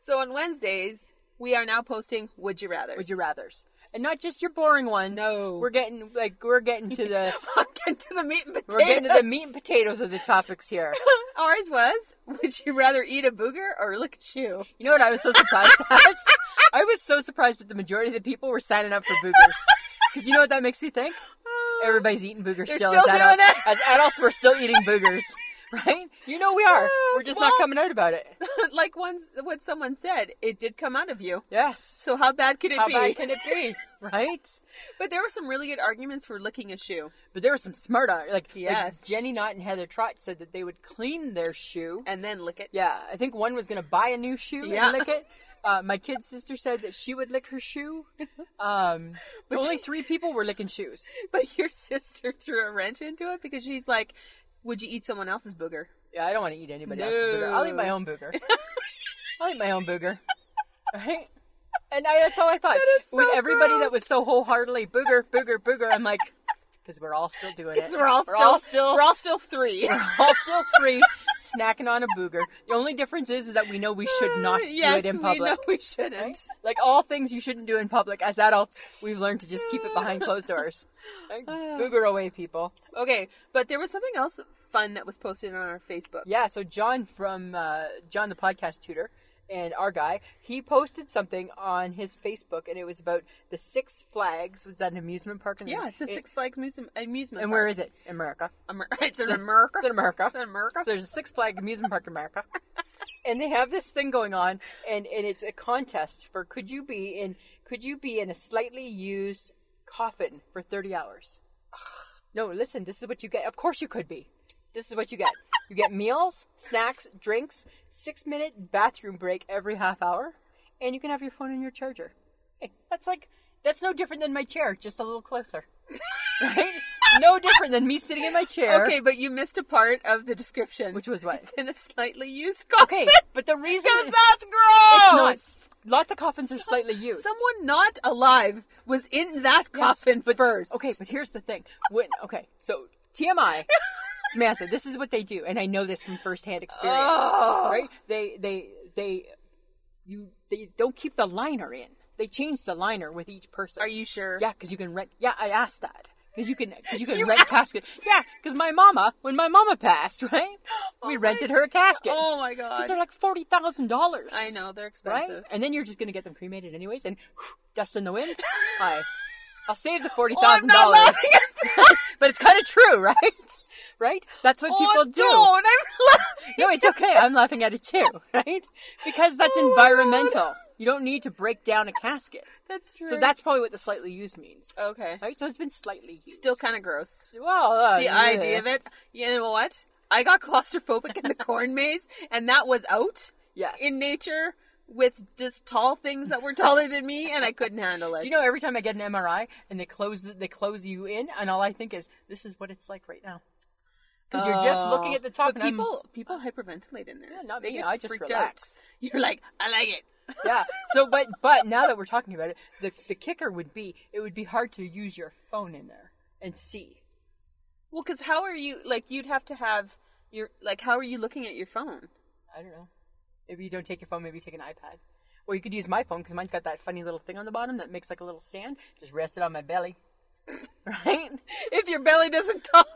Speaker 4: So on Wednesdays, we are now posting Would You Rather.
Speaker 5: would you rather's, and not just your boring ones.
Speaker 4: No.
Speaker 5: we're getting like we're getting to the
Speaker 4: I'm getting to the meat and potatoes.
Speaker 5: we're getting to the meat and potatoes of the topics here.
Speaker 4: Ours was Would you rather eat a booger or lick a shoe?
Speaker 5: You know what I was so surprised at? I was so surprised that the majority of the people were signing up for boogers. Because you know what that makes me think? Everybody's eating boogers
Speaker 4: Oh. They're
Speaker 5: still.
Speaker 4: still
Speaker 5: as, adults.
Speaker 4: doing it.
Speaker 5: as adults, we're still eating boogers, right? You know we are. We're just
Speaker 4: Oh, Well-
Speaker 5: not coming out about it.
Speaker 4: like once what someone said, it did come out of you.
Speaker 5: Yes.
Speaker 4: So how bad could it
Speaker 5: How
Speaker 4: be?
Speaker 5: bad can it be, right?
Speaker 4: But there were some really good arguments for licking a shoe.
Speaker 5: But there were some smart, ar- like, like
Speaker 4: Yes.
Speaker 5: Jenny Knott and Heather Trot said that they would clean their shoe.
Speaker 4: and then lick it.
Speaker 5: Yeah, I think one was gonna buy a new shoe
Speaker 4: Yeah.
Speaker 5: and lick it. Uh, my kid sister said that she would lick her shoe. Um, but only three people were licking shoes.
Speaker 4: But your sister threw a wrench into it because she's like, "Would you eat someone else's booger?"
Speaker 5: Yeah, I don't want to eat anybody else's booger. I'll eat my
Speaker 4: No.
Speaker 5: own booger. I'll eat my own booger. Right? And I, that's all I thought.
Speaker 4: That is so
Speaker 5: With everybody
Speaker 4: gross.
Speaker 5: that was so wholeheartedly booger, booger, booger, I'm like, because we're all still doing it.
Speaker 4: So we're all
Speaker 5: we're
Speaker 4: still,
Speaker 5: all still,
Speaker 4: we're all still three.
Speaker 5: we're all still three snacking on a booger. The only difference is, is that we know we should not
Speaker 4: yes,
Speaker 5: do it in
Speaker 4: we know
Speaker 5: public.
Speaker 4: we shouldn't.
Speaker 5: Like all things you shouldn't do in public, as adults, we've learned to just keep it behind closed doors. Like, booger away, people.
Speaker 4: Okay, but there was something else fun that was posted on our Facebook.
Speaker 5: Yeah, so John from uh, John the podcast tutor and our guy, he posted something on his Facebook, and it was about the Six Flags. Was that an amusement park? In
Speaker 4: Yeah, it's a
Speaker 5: it-
Speaker 4: Six Flags amuse- amusement.
Speaker 5: And where is it? America.
Speaker 4: Amer- it's in America?
Speaker 5: It's in America.
Speaker 4: It's in America.
Speaker 5: So there's a Six Flag amusement park in America. And they have this thing going on, and, and it's a contest for could you be in could you be in a slightly used coffin for 30 hours? No, listen, this is what you get. Of course you could be. This is what you get. You get meals, snacks, drinks, six minute bathroom break every half hour, and you can have your phone in your charger. That's like that's no different than my chair, just a little closer. right? No different than me sitting in my chair.
Speaker 4: Okay, but you missed a part of the description.
Speaker 5: Which was what?
Speaker 4: It's in a slightly used coffin.
Speaker 5: Okay, but the reason
Speaker 4: Because
Speaker 5: it's
Speaker 4: that's
Speaker 5: not
Speaker 4: gross!
Speaker 5: lots of coffins are slightly used.
Speaker 4: Someone not alive was in that coffin
Speaker 5: but
Speaker 4: first.
Speaker 5: Okay, but here's the thing. When okay, so TMI, Samantha, this is what they do, and I know this from firsthand experience.
Speaker 4: Oh.
Speaker 5: Right? They they they you they don't keep the liner in. They change the liner with each person.
Speaker 4: Are you sure?
Speaker 5: Yeah, because you can rent. Yeah, I asked that. Because you can, cause you can rent caskets. Yeah, because my mama, when my mama passed, right, we rented her a casket.
Speaker 4: Oh my god.
Speaker 5: These are like forty thousand dollars.
Speaker 4: I know, they're expensive.
Speaker 5: right? And then you're just gonna get them cremated anyways, and dust in the wind. Hi, I'll save the forty thousand
Speaker 4: Oh, not
Speaker 5: dollars.
Speaker 4: laughing
Speaker 5: But it's kind of true, right? Right? That's what
Speaker 4: oh,
Speaker 5: people do.
Speaker 4: Don't. I'm laughing.
Speaker 5: No, it's okay. I'm laughing at it too, right? Because that's
Speaker 4: Oh my God.
Speaker 5: environmental. You don't need to break down a casket.
Speaker 4: That's true.
Speaker 5: So that's probably what the slightly used means.
Speaker 4: okay.
Speaker 5: Right? So it's been slightly used.
Speaker 4: Still kind of gross.
Speaker 5: Well, uh,
Speaker 4: The idea of it. You know what? I got claustrophobic in the corn maze, and that was out
Speaker 5: Yes.
Speaker 4: in nature with just tall things that were taller than me, and I couldn't handle it.
Speaker 5: Do you know every time I get an MRI and they close the, they close you in, and all I think is this is what it's like right now. Because you're just looking at the top.
Speaker 4: Oh, But
Speaker 5: and I'm-
Speaker 4: people people hyperventilate in there.
Speaker 5: Yeah, not
Speaker 4: they
Speaker 5: me.
Speaker 4: Get
Speaker 5: I just
Speaker 4: freaked
Speaker 5: relax.
Speaker 4: Out. You're like, I like it.
Speaker 5: yeah. So, but but now that we're talking about it, the the kicker would be it would be hard to use your phone in there and see.
Speaker 4: Well, because how are you? Like, you'd have to have your like. How are you looking at your phone?
Speaker 5: I don't know. Maybe you don't take your phone. Maybe you take an iPad. Or you could use my phone because mine's got that funny little thing on the bottom that makes like a little stand. Just rest it on my belly. Right?
Speaker 4: If your belly doesn't top,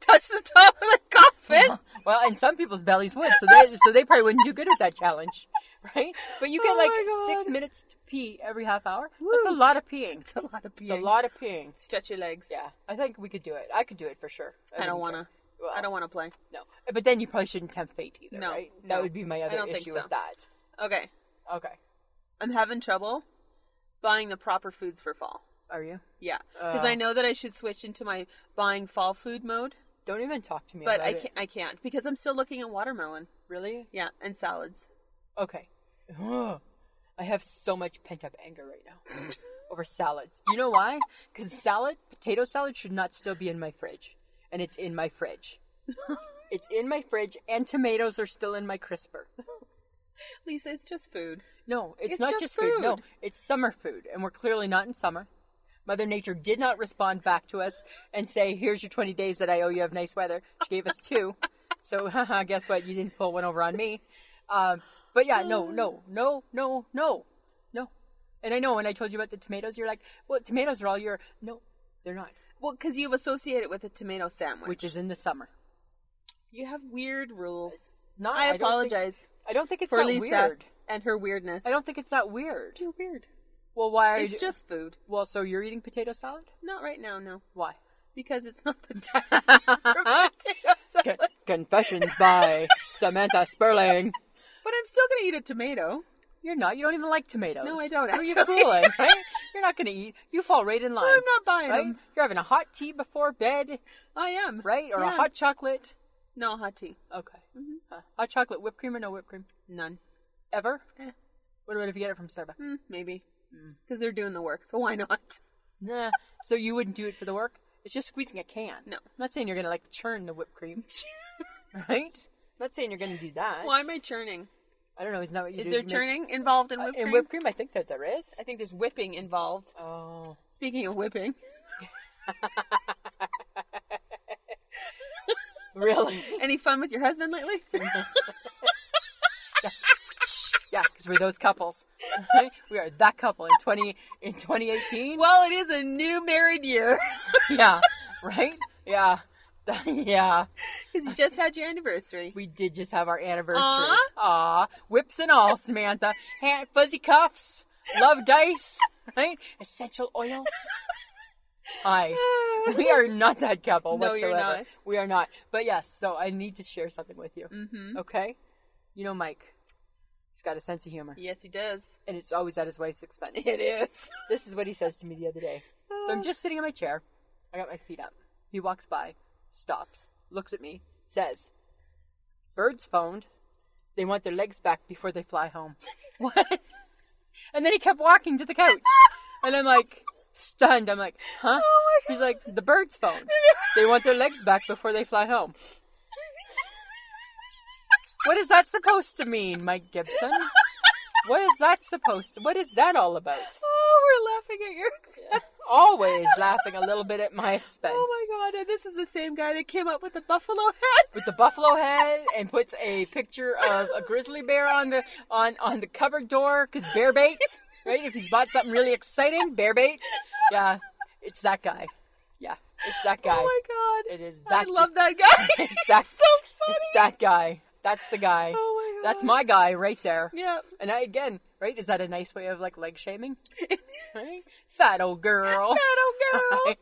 Speaker 4: touch the top of the coffin.
Speaker 5: Well, and some people's bellies would, so they so they probably wouldn't do good at that challenge, right? But you get
Speaker 4: Oh my
Speaker 5: like
Speaker 4: God.
Speaker 5: six minutes to pee every half hour. That's a lot of peeing. It's
Speaker 4: a lot of
Speaker 5: It's a
Speaker 4: peeing.
Speaker 5: lot of peeing.
Speaker 4: Stretch your legs.
Speaker 5: Yeah, I think we could do it. I could do it for sure.
Speaker 4: I don't
Speaker 5: wouldn't
Speaker 4: wanna.
Speaker 5: care. Well,
Speaker 4: I don't wanna play.
Speaker 5: No, but then you probably shouldn't tempt fate either,
Speaker 4: No,
Speaker 5: right?
Speaker 4: no.
Speaker 5: That would be my
Speaker 4: I
Speaker 5: other
Speaker 4: don't think
Speaker 5: issue
Speaker 4: so.
Speaker 5: with that.
Speaker 4: Okay,
Speaker 5: Okay,
Speaker 4: I'm having trouble buying the proper foods for fall.
Speaker 5: are you?
Speaker 4: Yeah, because
Speaker 5: Uh.
Speaker 4: I know that I should switch into my buying fall food mode,
Speaker 5: Don't even talk to me
Speaker 4: but
Speaker 5: about
Speaker 4: I
Speaker 5: it.
Speaker 4: can't. I can't because I'm still looking at watermelon.
Speaker 5: Really?
Speaker 4: Yeah, and salads.
Speaker 5: Okay. I have so much pent up anger right now over salads. Do you know why? Because salad, potato salad, should not still be in my fridge, and it's in my fridge. it's in my fridge, and tomatoes are still in my crisper.
Speaker 4: Lisa, it's just food.
Speaker 5: No, it's,
Speaker 4: It's
Speaker 5: not
Speaker 4: just
Speaker 5: just, food. No,
Speaker 4: food.
Speaker 5: it's summer food, and we're clearly not in summer. Mother Nature did not respond back to us and say, "Here's your 20 days that I owe you of nice weather." She gave us two, so haha, guess what? You didn't pull one over on me. Um, but yeah, no, no, no, no, no, no. And I know when I told you about the tomatoes, you're like, "Well, tomatoes are all year." No, they're not,
Speaker 4: Well, because you associate it with a tomato sandwich.
Speaker 5: which is in the summer.
Speaker 4: you have weird rules.
Speaker 5: Not.
Speaker 4: I
Speaker 5: don't think-
Speaker 4: apologize
Speaker 5: I don't think,
Speaker 4: for
Speaker 5: it's
Speaker 4: Lisa
Speaker 5: that weird.
Speaker 4: and her weirdness.
Speaker 5: I don't think it's that weird.
Speaker 4: You're weird.
Speaker 5: Well, why are
Speaker 4: It's
Speaker 5: you?
Speaker 4: just food.
Speaker 5: well, so you're eating potato salad?
Speaker 4: Not right now, no,
Speaker 5: Why?
Speaker 4: because it's not the time. for potato salad.
Speaker 5: Con- Confessions by Samantha Sperling.
Speaker 4: But I'm still gonna eat a tomato.
Speaker 5: You're not. You don't even like tomatoes.
Speaker 4: No, I don't,
Speaker 5: So you're
Speaker 4: actually.
Speaker 5: fooling, right? You're not going to eat. You fall right in line.
Speaker 4: I'm not buying
Speaker 5: right?
Speaker 4: them.
Speaker 5: You're having a hot tea before bed,
Speaker 4: I am
Speaker 5: right? Or a
Speaker 4: Yeah. Mm-hmm.
Speaker 5: hot chocolate.
Speaker 4: No hot tea.
Speaker 5: Okay. Huh. Hot chocolate, whipped cream, or no whipped cream?
Speaker 4: None.
Speaker 5: Ever?
Speaker 4: Eh.
Speaker 5: What about if you get it from Starbucks?
Speaker 4: Mm, maybe. Because they're doing the work, so why not?
Speaker 5: Nah. So you wouldn't do it for the work? It's just squeezing a can.
Speaker 4: No.
Speaker 5: I'm not saying you're going to like churn the whipped cream, right? I'm not saying you're going to do that.
Speaker 4: Why am I churning?
Speaker 5: I don't know. Isn't that what you do?
Speaker 4: Is there
Speaker 5: You make-
Speaker 4: churning involved in
Speaker 5: Uh,
Speaker 4: whipped cream?
Speaker 5: in whipped cream, I think that there is.
Speaker 4: I think there's whipping involved.
Speaker 5: Oh.
Speaker 4: Speaking of whipping,
Speaker 5: Really?
Speaker 4: any fun with your husband lately?
Speaker 5: Yeah, because we're those couples. right? We are that couple in twenty in twenty eighteen.
Speaker 4: well, it is a new married year.
Speaker 5: Yeah, right? Yeah, yeah.
Speaker 4: Because you just had your anniversary.
Speaker 5: We did just have our anniversary.
Speaker 4: Aw.
Speaker 5: Aw, whips and all, Samantha. Hand fuzzy cuffs, love dice, right? Essential oils. Hi. We are not that couple
Speaker 4: No,
Speaker 5: whatsoever.
Speaker 4: you're not.
Speaker 5: We are not. But yes, so I need to share something with you.
Speaker 4: Mm-hmm.
Speaker 5: Okay? You know Mike. He's got a sense of humor.
Speaker 4: Yes, he does.
Speaker 5: And it's always at his wife's expense.
Speaker 4: It is.
Speaker 5: This is what he says to me the other day. So I'm just sitting in my chair. I got my feet up. He walks by, stops, looks at me, says, Birds phoned. They want their legs back before they fly home. what? And then he kept walking to the couch. And I'm like, stunned. I'm like, huh?
Speaker 4: Oh
Speaker 5: He's like, the bird's phone. They want their legs back before they fly home. What is that supposed to mean, Mike Gibson? What is that supposed to, what is that all about?
Speaker 4: Oh, we're laughing at your expense.
Speaker 5: Always laughing a little bit at my expense.
Speaker 4: Oh my god, and this is the same guy that came up with the buffalo head.
Speaker 5: With the buffalo head and puts a picture of a grizzly bear on the, on, on the cupboard door, cause bear bait, right? If he's bought something really exciting, bear bait. Yeah, it's that guy. Yeah, it's that guy.
Speaker 4: Oh my god.
Speaker 5: It is that
Speaker 4: I love that guy.
Speaker 5: It's that,
Speaker 4: so funny.
Speaker 5: It's that guy. That's the guy.
Speaker 4: Oh my god.
Speaker 5: That's my guy right there.
Speaker 4: Yeah.
Speaker 5: And I, again, right? Is that a nice way of like leg shaming? right? Fat old girl.
Speaker 4: That old girl.
Speaker 5: Right.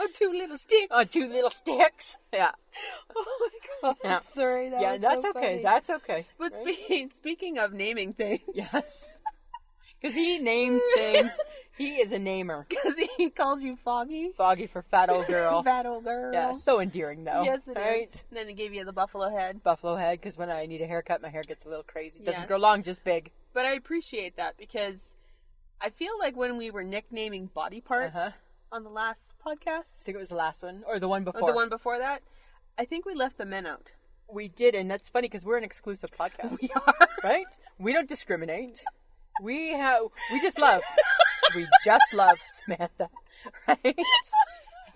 Speaker 4: Oh, two little sticks.
Speaker 5: Oh, two little sticks. Yeah.
Speaker 4: Oh my god.
Speaker 5: Yeah.
Speaker 4: Sorry, that
Speaker 5: yeah,
Speaker 4: was
Speaker 5: that's
Speaker 4: so
Speaker 5: okay.
Speaker 4: funny.
Speaker 5: That's okay.
Speaker 4: But speaking speaking of naming things,
Speaker 5: Yes. Because he names things. He is a namer.
Speaker 4: because he calls you Foggy,
Speaker 5: Foggy for fat old girl.
Speaker 4: fat old girl.
Speaker 5: Yeah, so endearing though.
Speaker 4: yes, it is.
Speaker 5: right?
Speaker 4: And then he gave you the buffalo head.
Speaker 5: Buffalo head, because when I need a haircut, my hair gets a little crazy. Doesn't
Speaker 4: Yes.
Speaker 5: grow long, just big.
Speaker 4: But I appreciate that because I feel like when we were nicknaming body parts
Speaker 5: Uh-huh.
Speaker 4: on the last
Speaker 5: I
Speaker 4: podcast,
Speaker 5: think it was the last one or the one
Speaker 4: or
Speaker 5: before.
Speaker 4: Oh, the one before that, I think we left the men out.
Speaker 5: We did, and that's funny because we're an exclusive podcast, right? We don't discriminate. We have, we just love. we just love Samantha, right?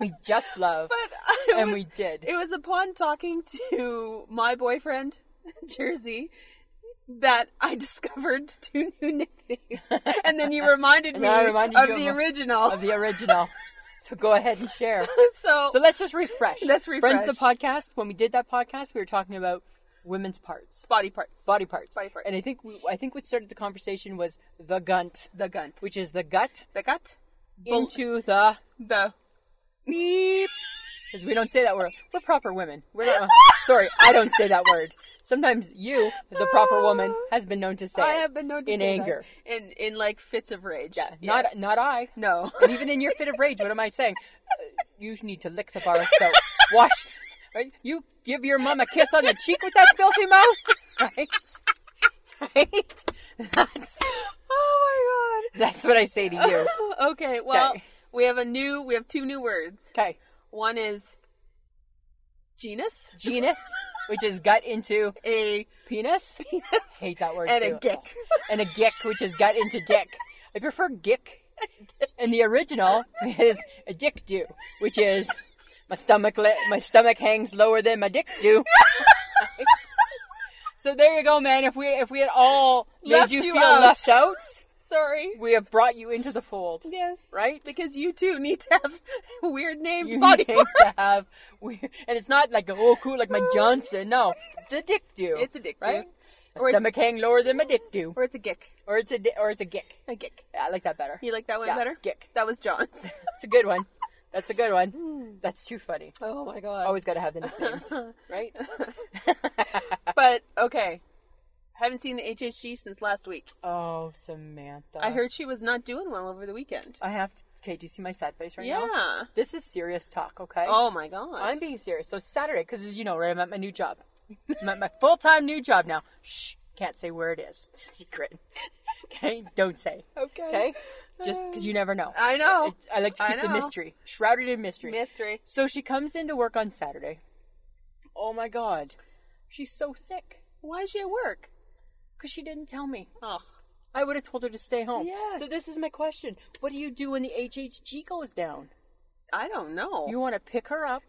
Speaker 5: We just love,
Speaker 4: But I
Speaker 5: and
Speaker 4: was-
Speaker 5: we did.
Speaker 4: It was upon talking to my boyfriend, Jersey, that I discovered two new nicknames. And then you reminded
Speaker 5: And
Speaker 4: me
Speaker 5: I reminded
Speaker 4: of
Speaker 5: you of
Speaker 4: the
Speaker 5: my-
Speaker 4: original.
Speaker 5: of the original. So go ahead and share.
Speaker 4: so,
Speaker 5: So let's just refresh.
Speaker 4: Let's
Speaker 5: Friends, the podcast. When we did that podcast, we were talking about women's parts,
Speaker 4: body parts.
Speaker 5: body parts,
Speaker 4: Body parts.
Speaker 5: and I think we, I think what started the conversation was the gunt,
Speaker 4: The gunt.
Speaker 5: which is the gut
Speaker 4: the gut. Bel-
Speaker 5: into the
Speaker 4: The
Speaker 5: Beep. Because we don't say that word. We're proper women. We're not. sorry, I don't say that word. Sometimes you, the proper woman, has been known to say.
Speaker 4: I
Speaker 5: it
Speaker 4: have been known to
Speaker 5: in
Speaker 4: say that.
Speaker 5: anger.
Speaker 4: In in like fits of rage.
Speaker 5: Yeah, not
Speaker 4: Yes.
Speaker 5: not I.
Speaker 4: No.
Speaker 5: And even in your fit of rage, what am I saying? Uh, You need to lick the bar of soap. Wash. Right? You give your mom a kiss on the cheek with that filthy mouth. Right. Right. That's
Speaker 4: Oh my god.
Speaker 5: that's what I say to you.
Speaker 4: okay, well,
Speaker 5: Okay.
Speaker 4: we have a new, we have two new words.
Speaker 5: Okay.
Speaker 4: One is genus,
Speaker 5: Genus, which is gut into
Speaker 4: a
Speaker 5: penis. Hate that word
Speaker 4: and
Speaker 5: too.
Speaker 4: a gick.
Speaker 5: and a gick, which has got into dick. I prefer gick. And the original is a dick do, which is my stomach li- my stomach hangs lower than my dick do. so there you go, man. If we if we had all made
Speaker 4: Left
Speaker 5: you,
Speaker 4: you
Speaker 5: feel
Speaker 4: out.
Speaker 5: left out,
Speaker 4: Sorry.
Speaker 5: we have brought you into the fold.
Speaker 4: Yes.
Speaker 5: Right?
Speaker 4: Because you too need to have weird named
Speaker 5: You
Speaker 4: body
Speaker 5: need
Speaker 4: parts.
Speaker 5: to have, we- and it's not like oh cool like my Johnson. No, it's a dick do.
Speaker 4: It's a dick do.
Speaker 5: right? My
Speaker 4: Or it's-
Speaker 5: stomach hang lower than my dick do,
Speaker 4: Or it's a gick.
Speaker 5: or it's a di- or it's a gick.
Speaker 4: A gick.
Speaker 5: Yeah, I like that better.
Speaker 4: You like that one
Speaker 5: Yeah,
Speaker 4: better?
Speaker 5: gick.
Speaker 4: That was John's.
Speaker 5: That's a good one. That's a good one. That's too funny.
Speaker 4: Oh my god.
Speaker 5: Always got to have the nicknames, right?
Speaker 4: But okay. Haven't seen the HHG since last week.
Speaker 5: oh, Samantha.
Speaker 4: I heard she was not doing well over the weekend.
Speaker 5: I have to. Okay, do you see my sad face right now?
Speaker 4: yeah.
Speaker 5: This is serious talk, okay?
Speaker 4: Oh my god.
Speaker 5: I'm being serious. So Saturday, because as you know, right, I'm at my new job. I'm at my full-time new job now. Shh, can't say where it is. It's a secret. Okay, don't say.
Speaker 4: okay.
Speaker 5: Okay, just because you never know.
Speaker 4: I know.
Speaker 5: It- Oh. I like to
Speaker 4: I
Speaker 5: keep the
Speaker 4: know.
Speaker 5: mystery shrouded in mystery.
Speaker 4: Mystery.
Speaker 5: So she comes into work on Saturday. Oh my God, she's so sick.
Speaker 4: Why is she at work?
Speaker 5: Because she didn't tell me.
Speaker 4: Oh.
Speaker 5: I would have told her to stay home.
Speaker 4: Yes.
Speaker 5: So this is my question. What do you do when the HHG goes down?
Speaker 4: I don't know.
Speaker 5: You want to pick her up.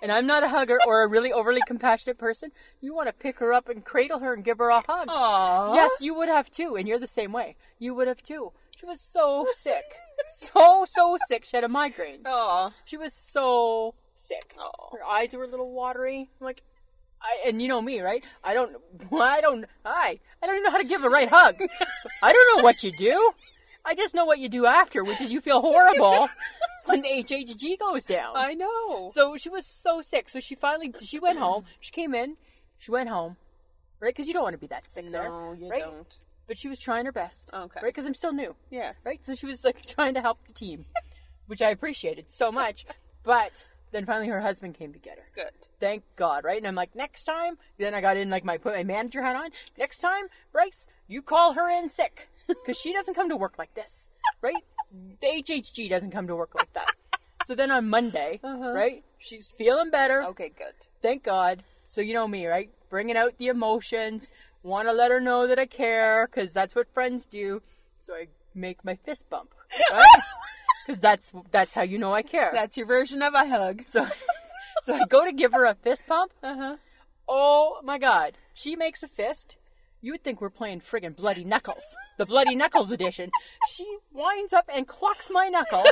Speaker 5: and I'm not a hugger or a really overly compassionate person. You want to pick her up and cradle her and give her a hug.
Speaker 4: Aw.
Speaker 5: Yes, you would have too. And you're the same way. You would have too. She was so sick. So, so sick. She had a migraine.
Speaker 4: Aw.
Speaker 5: She was so sick. Her eyes were a little watery. I'm like, I, and you know me, right? I don't, I don't, I, I don't even know how to give the right hug. So I don't know what you do. I just know what you do after, which is you feel horrible when the HHG goes down.
Speaker 4: I know.
Speaker 5: So she was so sick. So she finally, she went home. She came in. She went home. Right? Because you don't want to be that sick there.
Speaker 4: no, you
Speaker 5: right?
Speaker 4: don't.
Speaker 5: But she was trying her best.
Speaker 4: Okay.
Speaker 5: Right? Because I'm still new
Speaker 4: Yes.
Speaker 5: right? So she was like trying to help the team, which I appreciated so much. But then finally her husband came to get her.
Speaker 4: Good.
Speaker 5: Thank God, right? And I'm like, next time. Then I got in like my put my manager hat on. Next time, Bryce, you call her in sick because she doesn't come to work like this, right? The HHG doesn't come to work like that. so then on Monday, right? She's feeling better.
Speaker 4: Okay, good.
Speaker 5: Thank God. So you know me, right? Bringing out the emotions. Want to let her know that I care, 'cause that's what friends do. So I make my fist bump, right? 'Cause that's that's how you know I care.
Speaker 4: That's your version of a hug. Uh-huh.
Speaker 5: So, so I go to give her a fist pump. Oh my god. She makes a fist. You would think we're playing friggin' Bloody Knuckles. The Bloody Knuckles edition. She winds up and clocks my knuckle.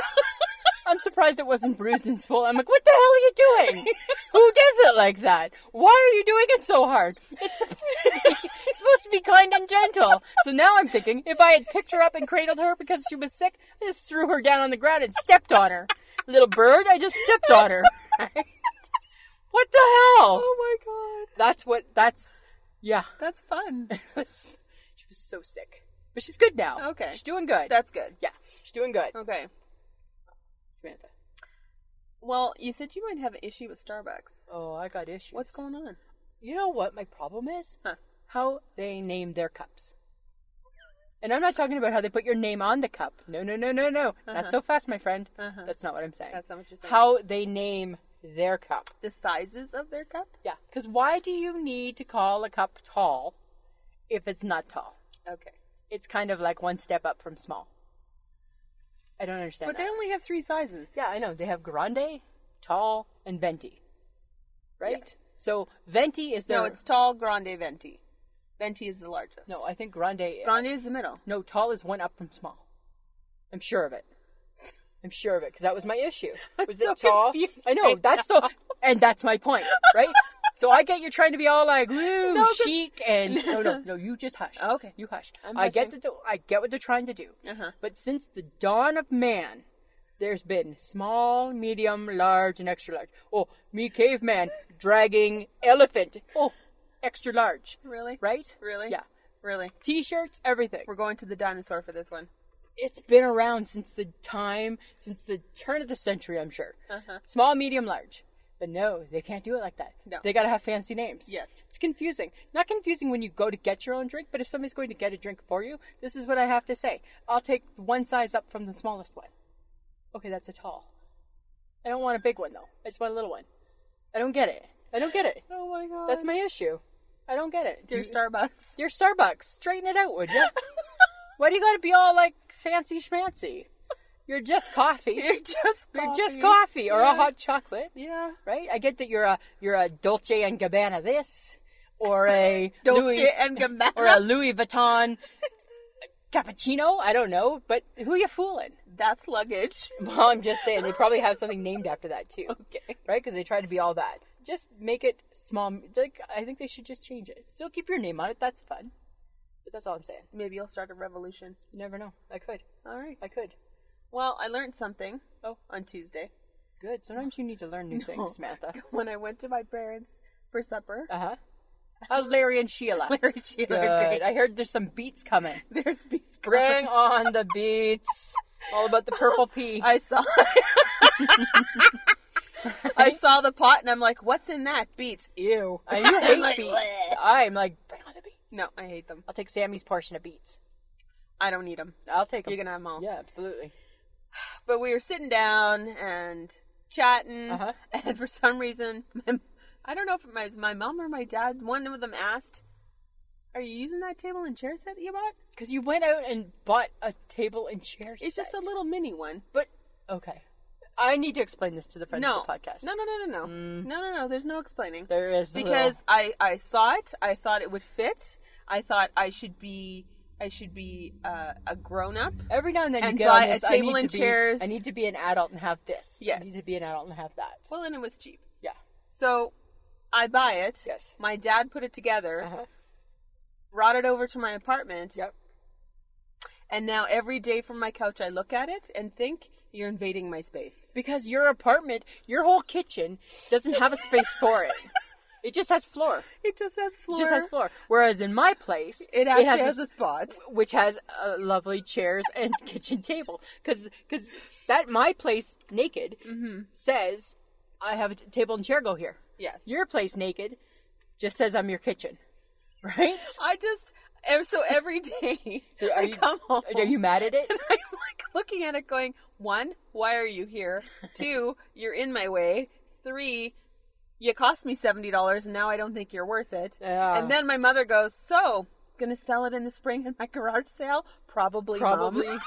Speaker 5: I'm surprised it wasn't bruised and swollen. I'm like, what the hell are you doing? Who does it like that? Why are you doing it so hard? It's supposed to be it's supposed to be kind and gentle. So now I'm thinking, if I had picked her up and cradled her because she was sick, I just threw her down on the ground and stepped on her. Little bird, I just stepped on her. What the hell?
Speaker 4: Oh my god.
Speaker 5: That's what. That's yeah.
Speaker 4: That's fun.
Speaker 5: she was so sick, but she's good now.
Speaker 4: Okay.
Speaker 5: she's doing good.
Speaker 4: That's good.
Speaker 5: yeah, she's doing good.
Speaker 4: Okay.
Speaker 5: Samantha.
Speaker 4: Well, you said you might have an issue with Starbucks.
Speaker 5: Oh, I got issues.
Speaker 4: What's going on?
Speaker 5: You know what my problem is?
Speaker 4: Huh.
Speaker 5: How they name their cups. And I'm not talking about how they put your name on the cup. No, no, no, no, no. Not so fast, my friend.
Speaker 4: Uh-huh.
Speaker 5: That's not what I'm saying.
Speaker 4: That's not what you're saying.
Speaker 5: How they name their cup.
Speaker 4: The sizes of their cup?
Speaker 5: Yeah. Because why do you need to call a cup tall if it's not tall?
Speaker 4: Okay.
Speaker 5: it's kind of like one step up from small. I don't understand.
Speaker 4: But they
Speaker 5: that.
Speaker 4: only have three sizes.
Speaker 5: yeah, I know they have grande, tall, and venti, right?
Speaker 4: Yes.
Speaker 5: So venti is their
Speaker 4: No, it's tall, grande, venti. Venti is the largest.
Speaker 5: no. I think grande.
Speaker 4: grande is the middle.
Speaker 5: No, tall is one up from small. I'm sure of it. I'm sure of it because that was my issue. Was
Speaker 4: so
Speaker 5: it tall?
Speaker 4: confused
Speaker 5: I know
Speaker 4: right
Speaker 5: that's the and that's my point, right? so I get you're trying to be all like woo
Speaker 4: 'cause- Oh,
Speaker 5: chic and no no no you just hush.
Speaker 4: Okay.
Speaker 5: you hush.
Speaker 4: I'm
Speaker 5: I get
Speaker 4: hushing.
Speaker 5: that the, I get what they're trying to do.
Speaker 4: Uh-huh.
Speaker 5: But since the dawn of man, there's been small, medium, large, and extra large. Oh, me caveman dragging elephant. Oh, extra large.
Speaker 4: Really?
Speaker 5: Right?
Speaker 4: Really?
Speaker 5: Yeah.
Speaker 4: Really?
Speaker 5: T-shirts, everything
Speaker 4: We're going to the dinosaur for this one.
Speaker 5: it's been around since the time since the turn of the century i'm sure
Speaker 4: Uh-huh.
Speaker 5: small medium large but no they can't do it like that
Speaker 4: No.
Speaker 5: they gotta have fancy names
Speaker 4: Yes.
Speaker 5: it's confusing not confusing when you go to get your own drink but if somebody's going to get a drink for you this is what i have to say i'll take one size up from the smallest one okay that's a tall i don't want a big one though i just want a little one i don't get it i don't get it
Speaker 4: Oh my god.
Speaker 5: that's my issue i don't get it
Speaker 4: dear
Speaker 5: Do-
Speaker 4: Starbucks.
Speaker 5: your Starbucks. Straighten it out, would you? Why do you gotta be all like fancy schmancy? You're just coffee. You're
Speaker 4: just
Speaker 5: You're just
Speaker 4: coffee.
Speaker 5: coffee or
Speaker 4: Yeah.
Speaker 5: a hot chocolate,
Speaker 4: Yeah.
Speaker 5: right? I get that you're a you're a Dolce and Gabbana this or a Louis
Speaker 4: and
Speaker 5: or a Louis Vuitton cappuccino. I don't know, but who you fooling?
Speaker 4: That's luggage.
Speaker 5: Well, I'm just saying they probably have something named after that too. Okay. Right? Because they try to be all that. Just make it small. Like I think they should just change it. Still keep your name on it. That's fun. But that's all I'm saying.
Speaker 4: Maybe you'll start a revolution.
Speaker 5: You never know. I could.
Speaker 4: All right.
Speaker 5: I could.
Speaker 4: Well, I learned something
Speaker 5: Oh,
Speaker 4: on Tuesday
Speaker 5: good. Sometimes you need to learn new things, Samantha.
Speaker 4: when I went to my parents for supper.
Speaker 5: Uh huh. How's Larry and Sheila?
Speaker 4: Larry and Sheila
Speaker 5: Good.
Speaker 4: are great.
Speaker 5: I heard there's some beats coming.
Speaker 4: There's beef
Speaker 5: Bring on the beats. All about the purple pea.
Speaker 4: I saw. I saw the pot and I'm like, what's in that? Beets. Ew.
Speaker 5: I you hate
Speaker 4: Like,
Speaker 5: beats.
Speaker 4: bleh.
Speaker 5: I'm like, bring on the beats.
Speaker 4: No, I hate them.
Speaker 5: I'll take Sammy's portion of beats.
Speaker 4: I don't need them.
Speaker 5: I'll take them.
Speaker 4: You're gonna have 'em all.
Speaker 5: Yeah, absolutely.
Speaker 4: But we were sitting down and chatting,
Speaker 5: Uh-huh.
Speaker 4: and for some reason, my, I don't know if it was my mom or my dad. One of them asked, "Are you using that table and chair set that you bought?"
Speaker 5: Because you went out and bought a table and chair
Speaker 4: It's
Speaker 5: set.
Speaker 4: just a little mini one, but
Speaker 5: Okay. I need to explain this to the friends
Speaker 4: no,
Speaker 5: of the podcast. Mm.
Speaker 4: no, no, no, no, no, no, no, no. There's no explaining.
Speaker 5: There is a
Speaker 4: because
Speaker 5: little-
Speaker 4: I I saw it. I thought it would fit. I thought I should be I should be uh, a grown up.
Speaker 5: Every now and then
Speaker 4: And
Speaker 5: you get on
Speaker 4: buy a
Speaker 5: this, I
Speaker 4: table
Speaker 5: need
Speaker 4: and
Speaker 5: to be-
Speaker 4: chairs.
Speaker 5: I need to be an adult and have this.
Speaker 4: Yes.
Speaker 5: I need to be an adult and have that.
Speaker 4: Well, and it was cheap,
Speaker 5: Yeah.
Speaker 4: so I buy it.
Speaker 5: Yes.
Speaker 4: My dad put it together,
Speaker 5: Uh-huh.
Speaker 4: brought it over to my apartment.
Speaker 5: Yep.
Speaker 4: And now every day from my couch, I look at it and think, "You're invading my space."
Speaker 5: Because your apartment, your whole kitchen doesn't have a space for it. It just has floor.
Speaker 4: It just has floor.
Speaker 5: It just has floor. Whereas in my place,
Speaker 4: It actually
Speaker 5: has,
Speaker 4: has
Speaker 5: a
Speaker 4: a spot.
Speaker 5: which has uh, lovely chairs and kitchen table. Because that my place naked says I have a t- table and chair. Go here.
Speaker 4: Mm-hmm. Yes.
Speaker 5: Your place naked just says I'm your kitchen, right?
Speaker 4: I just and so every day
Speaker 5: So are
Speaker 4: I
Speaker 5: you-
Speaker 4: come home.
Speaker 5: Are you mad at it?
Speaker 4: And I'm like looking at it going, one, why are you here? Two, you're in my way. Three, you cost me $70 and now I don't think you're worth it.
Speaker 5: Yeah.
Speaker 4: And then my mother goes, so, gonna sell it in the spring in my garage sale? Probably, Mom."
Speaker 5: Probably.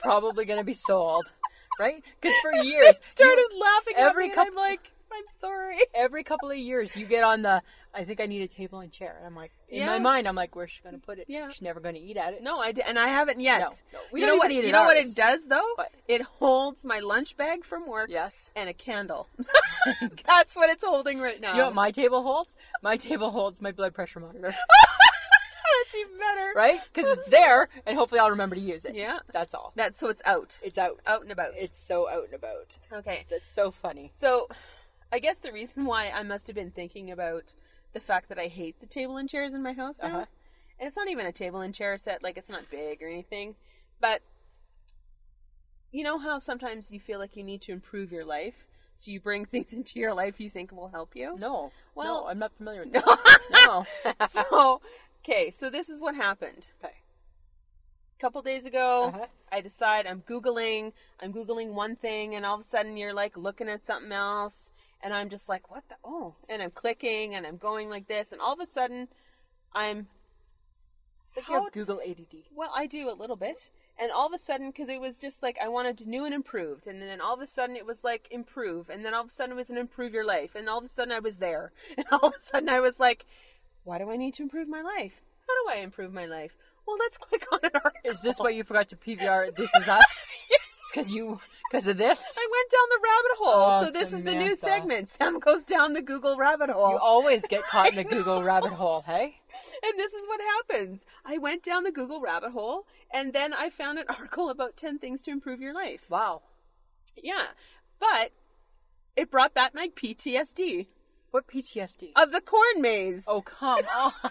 Speaker 5: probably going to be sold, right? Because for years,
Speaker 4: started
Speaker 5: you-
Speaker 4: laughing
Speaker 5: every
Speaker 4: at me
Speaker 5: coup-
Speaker 4: and I'm like, I'm sorry.
Speaker 5: every couple of years, you get on the. I think I need a table and chair. And I'm like, in my
Speaker 4: Yeah.
Speaker 5: mind, I'm like, where's she going to put it?
Speaker 4: Yeah.
Speaker 5: She's never going to eat at it.
Speaker 4: No, I d- and I haven't yet.
Speaker 5: No, no, we
Speaker 4: you
Speaker 5: don't
Speaker 4: know
Speaker 5: even
Speaker 4: what,
Speaker 5: eat at
Speaker 4: You know what
Speaker 5: ours.
Speaker 4: it does though?
Speaker 5: What?
Speaker 4: It holds my lunch bag from work
Speaker 5: Yes.
Speaker 4: and a candle. That's what it's holding right now.
Speaker 5: Do you know what my table holds? My table holds my blood pressure monitor,
Speaker 4: That's even better.
Speaker 5: right? Because it's there, and hopefully I'll remember to use it.
Speaker 4: Yeah.
Speaker 5: That's all.
Speaker 4: That's so it's out.
Speaker 5: It's out.
Speaker 4: out and about.
Speaker 5: It's so out and about.
Speaker 4: okay.
Speaker 5: That's so funny.
Speaker 4: So, I guess the reason why I must have been thinking about the fact that I hate the table and chairs in my house now,
Speaker 5: Uh-huh.
Speaker 4: and it's not even a table and chair set, like it's not big or anything, but you know how sometimes you feel like you need to improve your life, so you bring things into your life you think will help you?
Speaker 5: No.
Speaker 4: Well-
Speaker 5: no, I'm not familiar with that. no.
Speaker 4: so, okay, so this is what happened.
Speaker 5: Okay.
Speaker 4: A couple days ago,
Speaker 5: Uh-huh.
Speaker 4: I decide I'm Googling, I'm Googling one thing, and all of a sudden you're like looking at something else, and I'm just like, what the, oh, and I'm clicking and I'm going like this, and all of a sudden I'm,
Speaker 5: It's like
Speaker 4: How-
Speaker 5: you have Google ADD.
Speaker 4: well, I do a little bit, and all of a sudden, because it was just like I wanted new and improved, and then all of a sudden it was like improve, and then all of a sudden it was an improve your life, and all of a sudden I was there, and all of a sudden I was like, why do I need to improve my life? How do I improve my life? Well, let's click on an article.
Speaker 5: Is this why you forgot to PVR This Is Us? It's because you, because of this?
Speaker 4: I went down the rabbit hole.
Speaker 5: Oh,
Speaker 4: so this is the new
Speaker 5: Samantha.
Speaker 4: segment. Sam goes down the Google rabbit hole.
Speaker 5: You always get caught in the Google rabbit hole, hey?
Speaker 4: and this is what happens. I went down the Google rabbit hole and then I found an article about 10 things to improve your life.
Speaker 5: Wow.
Speaker 4: Yeah. But it brought back my PTSD
Speaker 5: What PTSD?
Speaker 4: of the corn maze.
Speaker 5: oh, come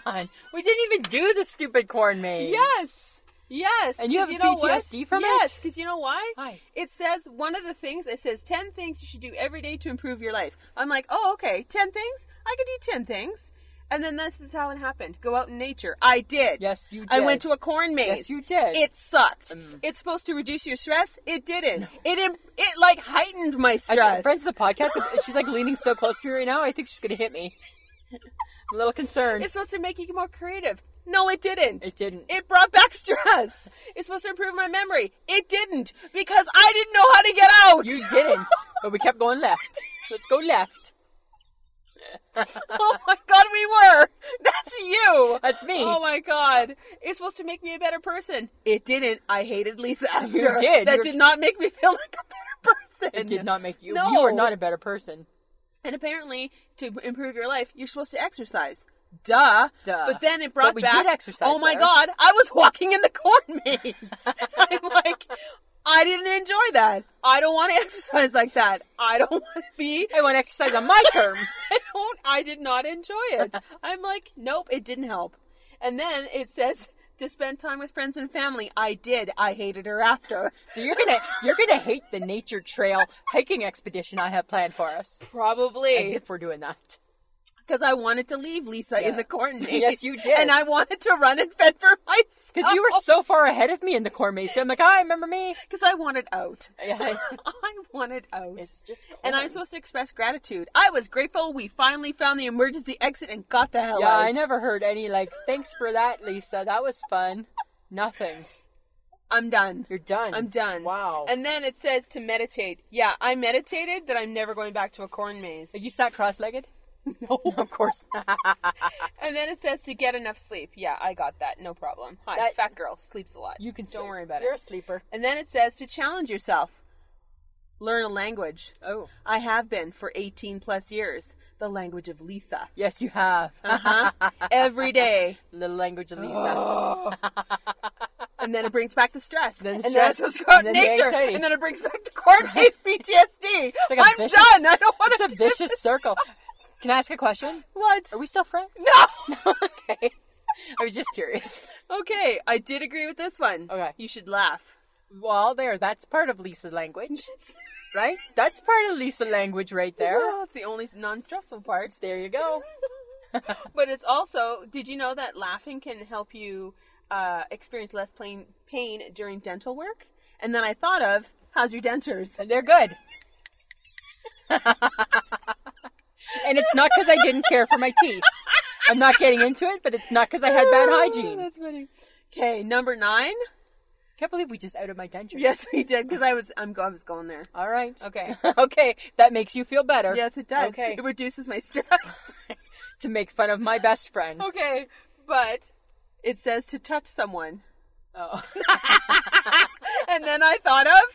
Speaker 5: on. We didn't even do the stupid corn maze.
Speaker 4: Yes. Yes.
Speaker 5: And you
Speaker 4: 'cause
Speaker 5: have
Speaker 4: know what?
Speaker 5: PTSD from it?
Speaker 4: Yes, because you know why?
Speaker 5: Why?
Speaker 4: It says one of the things, it says 10 things you should do every day to improve your life. I'm like, oh, okay, 10 things? I could do 10 things. And then this is how it happened go out in nature. I did.
Speaker 5: Yes, you
Speaker 4: I
Speaker 5: did.
Speaker 4: went to a corn maze.
Speaker 5: Yes, you did. Mm.
Speaker 4: It sucked. It's supposed to reduce your stress. It didn't. It im- it like heightened my
Speaker 5: I-
Speaker 4: stress.
Speaker 5: friends of the podcast, she's like leaning so close to me right now, I think she's going to hit me. I'm a little concerned.
Speaker 4: It's supposed to make you more creative. No, it didn't.
Speaker 5: it didn't.
Speaker 4: It brought back stress. It's supposed to improve my memory. It didn't because I didn't know how to get out.
Speaker 5: you didn't. But we kept going left. Let's go left.
Speaker 4: oh my god, we were. That's you.
Speaker 5: That's me.
Speaker 4: Oh my god. It's supposed to make me a better person. It didn't. I hated Lisa after.
Speaker 5: You did.
Speaker 4: That
Speaker 5: You're-
Speaker 4: did not make me feel like a better person.
Speaker 5: It did not make you.
Speaker 4: No.
Speaker 5: You are not a better person.
Speaker 4: And apparently, to improve your life, you're supposed to exercise. Duh.
Speaker 5: Duh.
Speaker 4: But then it
Speaker 5: But
Speaker 4: brought
Speaker 5: we did
Speaker 4: back.
Speaker 5: exercise
Speaker 4: Oh my
Speaker 5: there.
Speaker 4: god, I was walking in the corn maze. I'm like, I didn't enjoy that. I don't want to exercise like that. I don't want to be
Speaker 5: I want to exercise on my terms.
Speaker 4: I don't. I did not enjoy it. I'm like, nope, it didn't help. And then it says to spend time with friends and family. I did. I hated her after.
Speaker 5: So you're gonna you're gonna hate the nature trail hiking expedition I have planned for us. As
Speaker 4: Probably
Speaker 5: if we're doing that.
Speaker 4: because I wanted to leave Lisa in
Speaker 5: Yeah.
Speaker 4: the corn maze.
Speaker 5: Yes, you did.
Speaker 4: And I wanted to run and fend for myself
Speaker 5: Because you were so far ahead of me in the corn maze. So I'm like, I remember me.
Speaker 4: Because I wanted out.
Speaker 5: Yeah.
Speaker 4: I wanted out.
Speaker 5: It's just corn.
Speaker 4: and I'm supposed to express gratitude. I was grateful we finally found the emergency exit and got the hell
Speaker 5: Yeah,
Speaker 4: out.
Speaker 5: I never heard any like thanks for that, Lisa. That was fun. Nothing.
Speaker 4: I'm done.
Speaker 5: You're done.
Speaker 4: I'm done.
Speaker 5: Wow.
Speaker 4: And then it says to meditate. Yeah, I meditated that I'm never going back to a corn maze.
Speaker 5: you sat cross-legged? No, of course not.
Speaker 4: And then it says to get enough sleep. Yeah, I got that. No problem. Hi,
Speaker 5: That-
Speaker 4: fat girl sleeps a lot.
Speaker 5: You can.
Speaker 4: Don't
Speaker 5: sleep.
Speaker 4: worry about
Speaker 5: You're a
Speaker 4: it.
Speaker 5: sleeper.
Speaker 4: And then it says to challenge yourself. Learn a language.
Speaker 5: Oh.
Speaker 4: I have been for 18 plus years. The language of Lisa.
Speaker 5: Yes, you have.
Speaker 4: Huh? Every day.
Speaker 5: Little language of Lisa.
Speaker 4: And then it brings back the stress.
Speaker 5: Then
Speaker 4: and then
Speaker 5: stress.
Speaker 4: it's supposed to go out in
Speaker 5: And then you're
Speaker 4: nature.
Speaker 5: anxiety.
Speaker 4: And then it brings back the corn maze PTSD.
Speaker 5: like a
Speaker 4: I'm
Speaker 5: vicious-
Speaker 4: done. I don't want to
Speaker 5: It's a vicious circle. Can I ask a question?
Speaker 4: What?
Speaker 5: Are we still friends?
Speaker 4: No.
Speaker 5: okay. I was just curious.
Speaker 4: Okay, I did agree with this one.
Speaker 5: Okay.
Speaker 4: You should laugh.
Speaker 5: Well, there, that's part of Lisa language, right? That's part of Lisa language right there.
Speaker 4: Well, it's the only non-stressful part.
Speaker 5: There you go.
Speaker 4: but it's also, did you know that laughing can help you uh, experience less pain, pain during dental work, and then I thought of, how's your dentures?
Speaker 5: And they're good. and it's not because I didn't care for my teeth. I'm not getting into it, but it's not because I had bad hygiene.
Speaker 4: That's funny. Okay, number nine.
Speaker 5: Can't believe we just outed my dentures.
Speaker 4: Yes, we did because I was I'm go- I was going there.
Speaker 5: All right.
Speaker 4: Okay.
Speaker 5: okay. That makes you feel better.
Speaker 4: Yes, it does.
Speaker 5: Okay.
Speaker 4: It reduces my stress.
Speaker 5: To make fun of my best friend.
Speaker 4: okay, but it says to touch someone,
Speaker 5: Oh.
Speaker 4: and then I thought of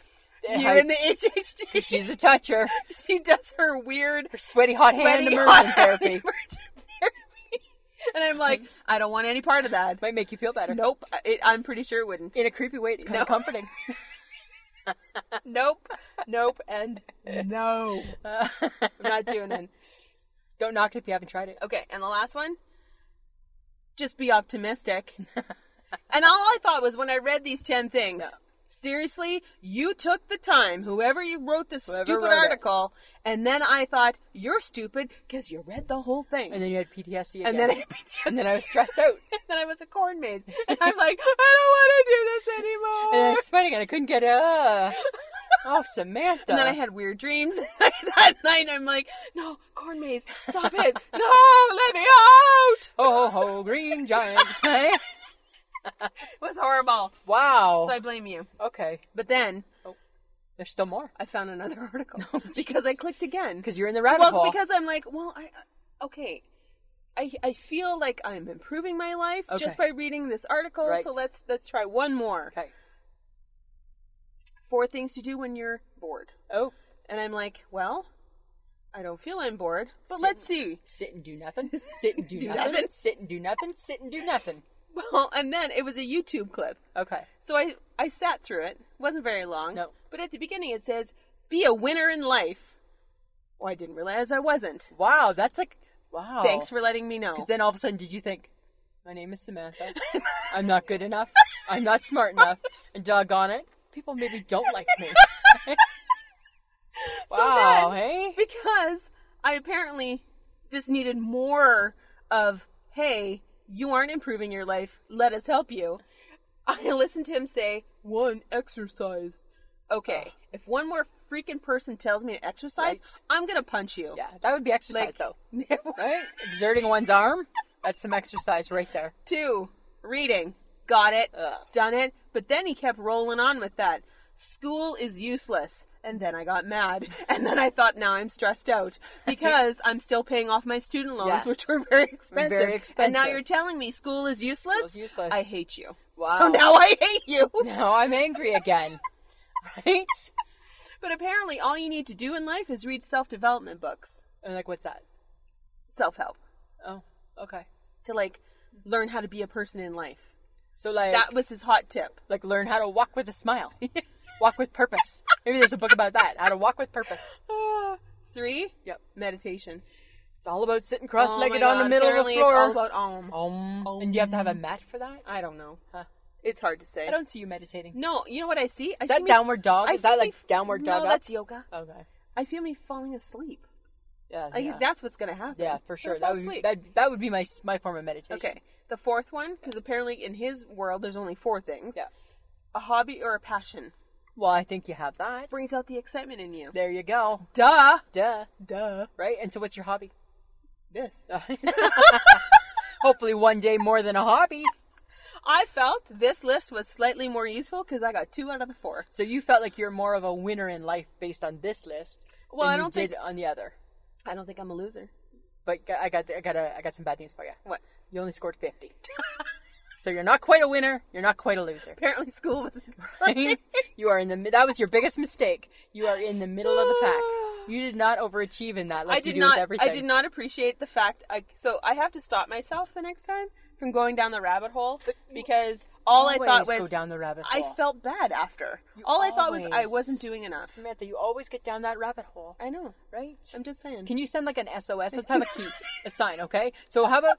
Speaker 4: you
Speaker 5: Yeah, I-
Speaker 4: in the HHG.
Speaker 5: She's a toucher.
Speaker 4: she does her weird
Speaker 5: Her sweaty hot hand
Speaker 4: sweaty
Speaker 5: immersion
Speaker 4: hot
Speaker 5: therapy.
Speaker 4: immersion therapy. and I'm like, I don't want any part of that.
Speaker 5: Might make you feel better.
Speaker 4: Nope, it, I'm pretty sure it wouldn't.
Speaker 5: In a creepy way, it's kind
Speaker 4: No.
Speaker 5: of comforting.
Speaker 4: nope, nope, and no.
Speaker 5: Uh,
Speaker 4: I'm not doing it.
Speaker 5: Don't knock it if you haven't tried it.
Speaker 4: Okay, and the last one, just be optimistic. and all I thought was when I read these 10 things,
Speaker 5: Yeah.
Speaker 4: seriously, you took the time, whoever you wrote this
Speaker 5: Whoever
Speaker 4: stupid
Speaker 5: wrote it.
Speaker 4: article, and then I thought, you're stupid because you read the whole thing.
Speaker 5: And then you had PTSD again.
Speaker 4: And then I
Speaker 5: And then I was stressed out.
Speaker 4: And then I was a corn maze. And I'm like, I don't want to do this
Speaker 5: And I
Speaker 4: anymore.
Speaker 5: was sweating and I couldn't get uh Oh, Samantha.
Speaker 4: And then I had weird dreams that night. I'm like, no, corn maze, stop it. No, let me out.
Speaker 5: Oh, ho, green giant. eh?
Speaker 4: It was horrible.
Speaker 5: wow.
Speaker 4: So I blame you.
Speaker 5: okay.
Speaker 4: But then
Speaker 5: There's still more.
Speaker 4: I found another article because I clicked again.
Speaker 5: Because you're in the rabbit
Speaker 4: Well,
Speaker 5: hole.
Speaker 4: because I'm like, well, I I- okay. I, I feel like I'm improving my life just by
Speaker 5: Okay.
Speaker 4: reading this article.
Speaker 5: Right.
Speaker 4: So let's let's try one more.
Speaker 5: Okay.
Speaker 4: Four things to do when you're bored.
Speaker 5: Oh,
Speaker 4: And I'm like, well, I don't feel I'm bored, but
Speaker 5: Sit-
Speaker 4: let's see.
Speaker 5: sit and do nothing. Sit and do,
Speaker 4: Do
Speaker 5: nothing.
Speaker 4: nothing.
Speaker 5: Sit and do nothing. Sit and do nothing.
Speaker 4: Well, and then it was a YouTube clip.
Speaker 5: Okay.
Speaker 4: So I I sat through it. wasn't very long.
Speaker 5: No.
Speaker 4: But at the beginning it says, "Be a winner in life." Well, Oh, I didn't realize I wasn't.
Speaker 5: Wow, that's like wow.
Speaker 4: Thanks for letting me know.
Speaker 5: Because then all of a sudden, did you think, my name is Samantha. I'm not good enough. I'm not smart enough. And doggone it, people maybe don't like me. wow,
Speaker 4: then-
Speaker 5: hey.
Speaker 4: because I apparently just needed more of, hey, you aren't improving your life. Let us help you. I listened to him say, one, exercise. Okay,
Speaker 5: Ugh.
Speaker 4: if one more freaking person tells me to exercise,
Speaker 5: Right.
Speaker 4: I'm going to punch you.
Speaker 5: Yeah, that would be exercise
Speaker 4: Like,
Speaker 5: though, right? Exerting one's arm. That's some exercise right there.
Speaker 4: two, reading. Got it.
Speaker 5: Ugh.
Speaker 4: Done it. But then he kept rolling on with that. School is useless. And then I got mad. And then I thought, now I'm stressed out because I'm still paying off my student loans,
Speaker 5: Yes.
Speaker 4: which were very expensive. And now
Speaker 5: expensive.
Speaker 4: you're telling me school is useless?
Speaker 5: School's useless.
Speaker 4: I hate you.
Speaker 5: Wow.
Speaker 4: So now I hate you.
Speaker 5: Now I'm angry again. Right?
Speaker 4: But apparently, all you need to do in life is read self development books,
Speaker 5: I'm like, what's that?
Speaker 4: self help,
Speaker 5: Oh, okay.
Speaker 4: to like learn how to be a person in life.
Speaker 5: So like,
Speaker 4: That was his hot tip.
Speaker 5: like learn how to walk with a smile, walk with purpose. Maybe there's a book about that. How to walk with purpose.
Speaker 4: Three,
Speaker 5: Yep.
Speaker 4: meditation.
Speaker 5: It's all about sitting
Speaker 4: Oh my
Speaker 5: cross-legged on
Speaker 4: God,
Speaker 5: the middle of the
Speaker 4: apparently
Speaker 5: floor.
Speaker 4: It's all about om.
Speaker 5: Um, and you have to have a mat for that?
Speaker 4: I don't know.
Speaker 5: Huh.
Speaker 4: It's hard to say.
Speaker 5: I don't see you meditating.
Speaker 4: No, you know what I see? I
Speaker 5: Is that
Speaker 4: see me-
Speaker 5: downward dog?
Speaker 4: I
Speaker 5: Is
Speaker 4: see
Speaker 5: that like
Speaker 4: me-
Speaker 5: downward dog
Speaker 4: No,
Speaker 5: up?
Speaker 4: that's yoga.
Speaker 5: Okay.
Speaker 4: I feel me falling asleep.
Speaker 5: Yeah.
Speaker 4: I
Speaker 5: yeah.
Speaker 4: think that's what's gonna happen.
Speaker 5: yeah, for sure.
Speaker 4: I'm gonna
Speaker 5: That
Speaker 4: fall
Speaker 5: would be,
Speaker 4: asleep.
Speaker 5: that that would be my s- my form of meditation.
Speaker 4: Okay. The fourth one, because apparently in his world there's only four things.
Speaker 5: Yeah.
Speaker 4: A hobby or a passion
Speaker 5: Well, I think you have that.
Speaker 4: brings out the excitement in you.
Speaker 5: There you go.
Speaker 4: Duh.
Speaker 5: Duh. Duh. Right? And so what's your hobby?
Speaker 4: This.
Speaker 5: Hopefully one day more than a hobby.
Speaker 4: I felt this list was slightly more useful because I got two out of the four.
Speaker 5: So you felt like you're more of a winner in life based on this list
Speaker 4: Well,
Speaker 5: than
Speaker 4: I
Speaker 5: you
Speaker 4: don't
Speaker 5: did
Speaker 4: think
Speaker 5: on the other.
Speaker 4: I don't think I'm a loser.
Speaker 5: But g- I got I got a, I got some bad news for you.
Speaker 4: What?
Speaker 5: You only scored 50. so you're not quite a winner, you're not quite a loser.
Speaker 4: Apparently school was
Speaker 5: you are in the mi- that was your biggest mistake. You are in the middle of the pack. You did not overachieve in that like
Speaker 4: I
Speaker 5: you
Speaker 4: did
Speaker 5: do
Speaker 4: not.
Speaker 5: with everything.
Speaker 4: I did not appreciate the fact. I so I have to stop myself the next time from going down the rabbit hole because all I
Speaker 5: Always
Speaker 4: thought
Speaker 5: go
Speaker 4: was
Speaker 5: down the rabbit
Speaker 4: I
Speaker 5: hole.
Speaker 4: felt bad after. all I thought was I
Speaker 5: always-
Speaker 4: wasn't doing enough.
Speaker 5: Samantha, you always get down that rabbit hole,
Speaker 4: I know.
Speaker 5: right?
Speaker 4: I'm just saying.
Speaker 5: Can you send like an SOS? Let's have a key, a sign, okay? So how about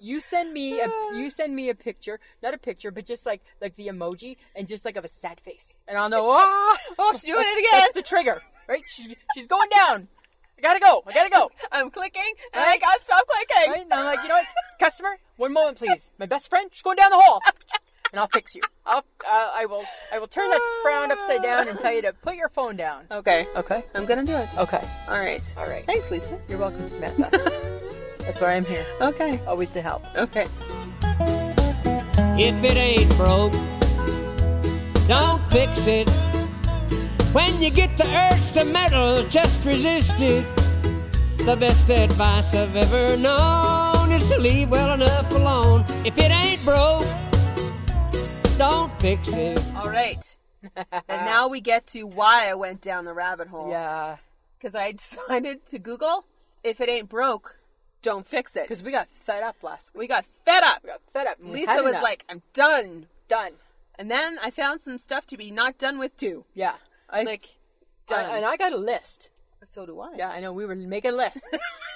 Speaker 5: you send me a you send me a picture, not a picture, but just like like the emoji and just like of a sad face, and I'll know. Oh,
Speaker 4: Oh, she's doing it again.
Speaker 5: That's the trigger, right? She's she's going down. I gotta go. I gotta go.
Speaker 4: I'm clicking and I
Speaker 5: Right.
Speaker 4: got stop clicking.
Speaker 5: Right? And I'm like, you know what, customer, one moment please. My best friend, she's going down the hall. and I'll fix you. I'll, uh, I will, I will turn that frown upside down and tell you to put your phone down.
Speaker 4: Okay.
Speaker 5: Okay.
Speaker 4: I'm gonna do it.
Speaker 5: Okay.
Speaker 4: All right.
Speaker 5: All right.
Speaker 4: Thanks, Lisa.
Speaker 5: You're welcome, Samantha. That's why I'm here,
Speaker 4: Okay.
Speaker 5: always to help.
Speaker 4: Okay.
Speaker 6: If it ain't broke, don't fix it. When you get the urge to meddle, just resist it. The best advice I've ever known is to leave well enough alone. If it ain't broke, don't fix it.
Speaker 4: All right. And now we get to why I went down the rabbit hole.
Speaker 5: Yeah,
Speaker 4: Because I decided to Google if it ain't broke, don't fix it.
Speaker 5: because we got fed up last week.
Speaker 4: we got fed up.
Speaker 5: We got fed up. and we
Speaker 4: Lisa
Speaker 5: had
Speaker 4: was
Speaker 5: enough.
Speaker 4: like, I'm done.
Speaker 5: done.
Speaker 4: And then I found some stuff to be not done with too.
Speaker 5: Yeah, I
Speaker 4: Like,
Speaker 5: done. and I got a list.
Speaker 4: so do I.
Speaker 5: Yeah, I know we were making lists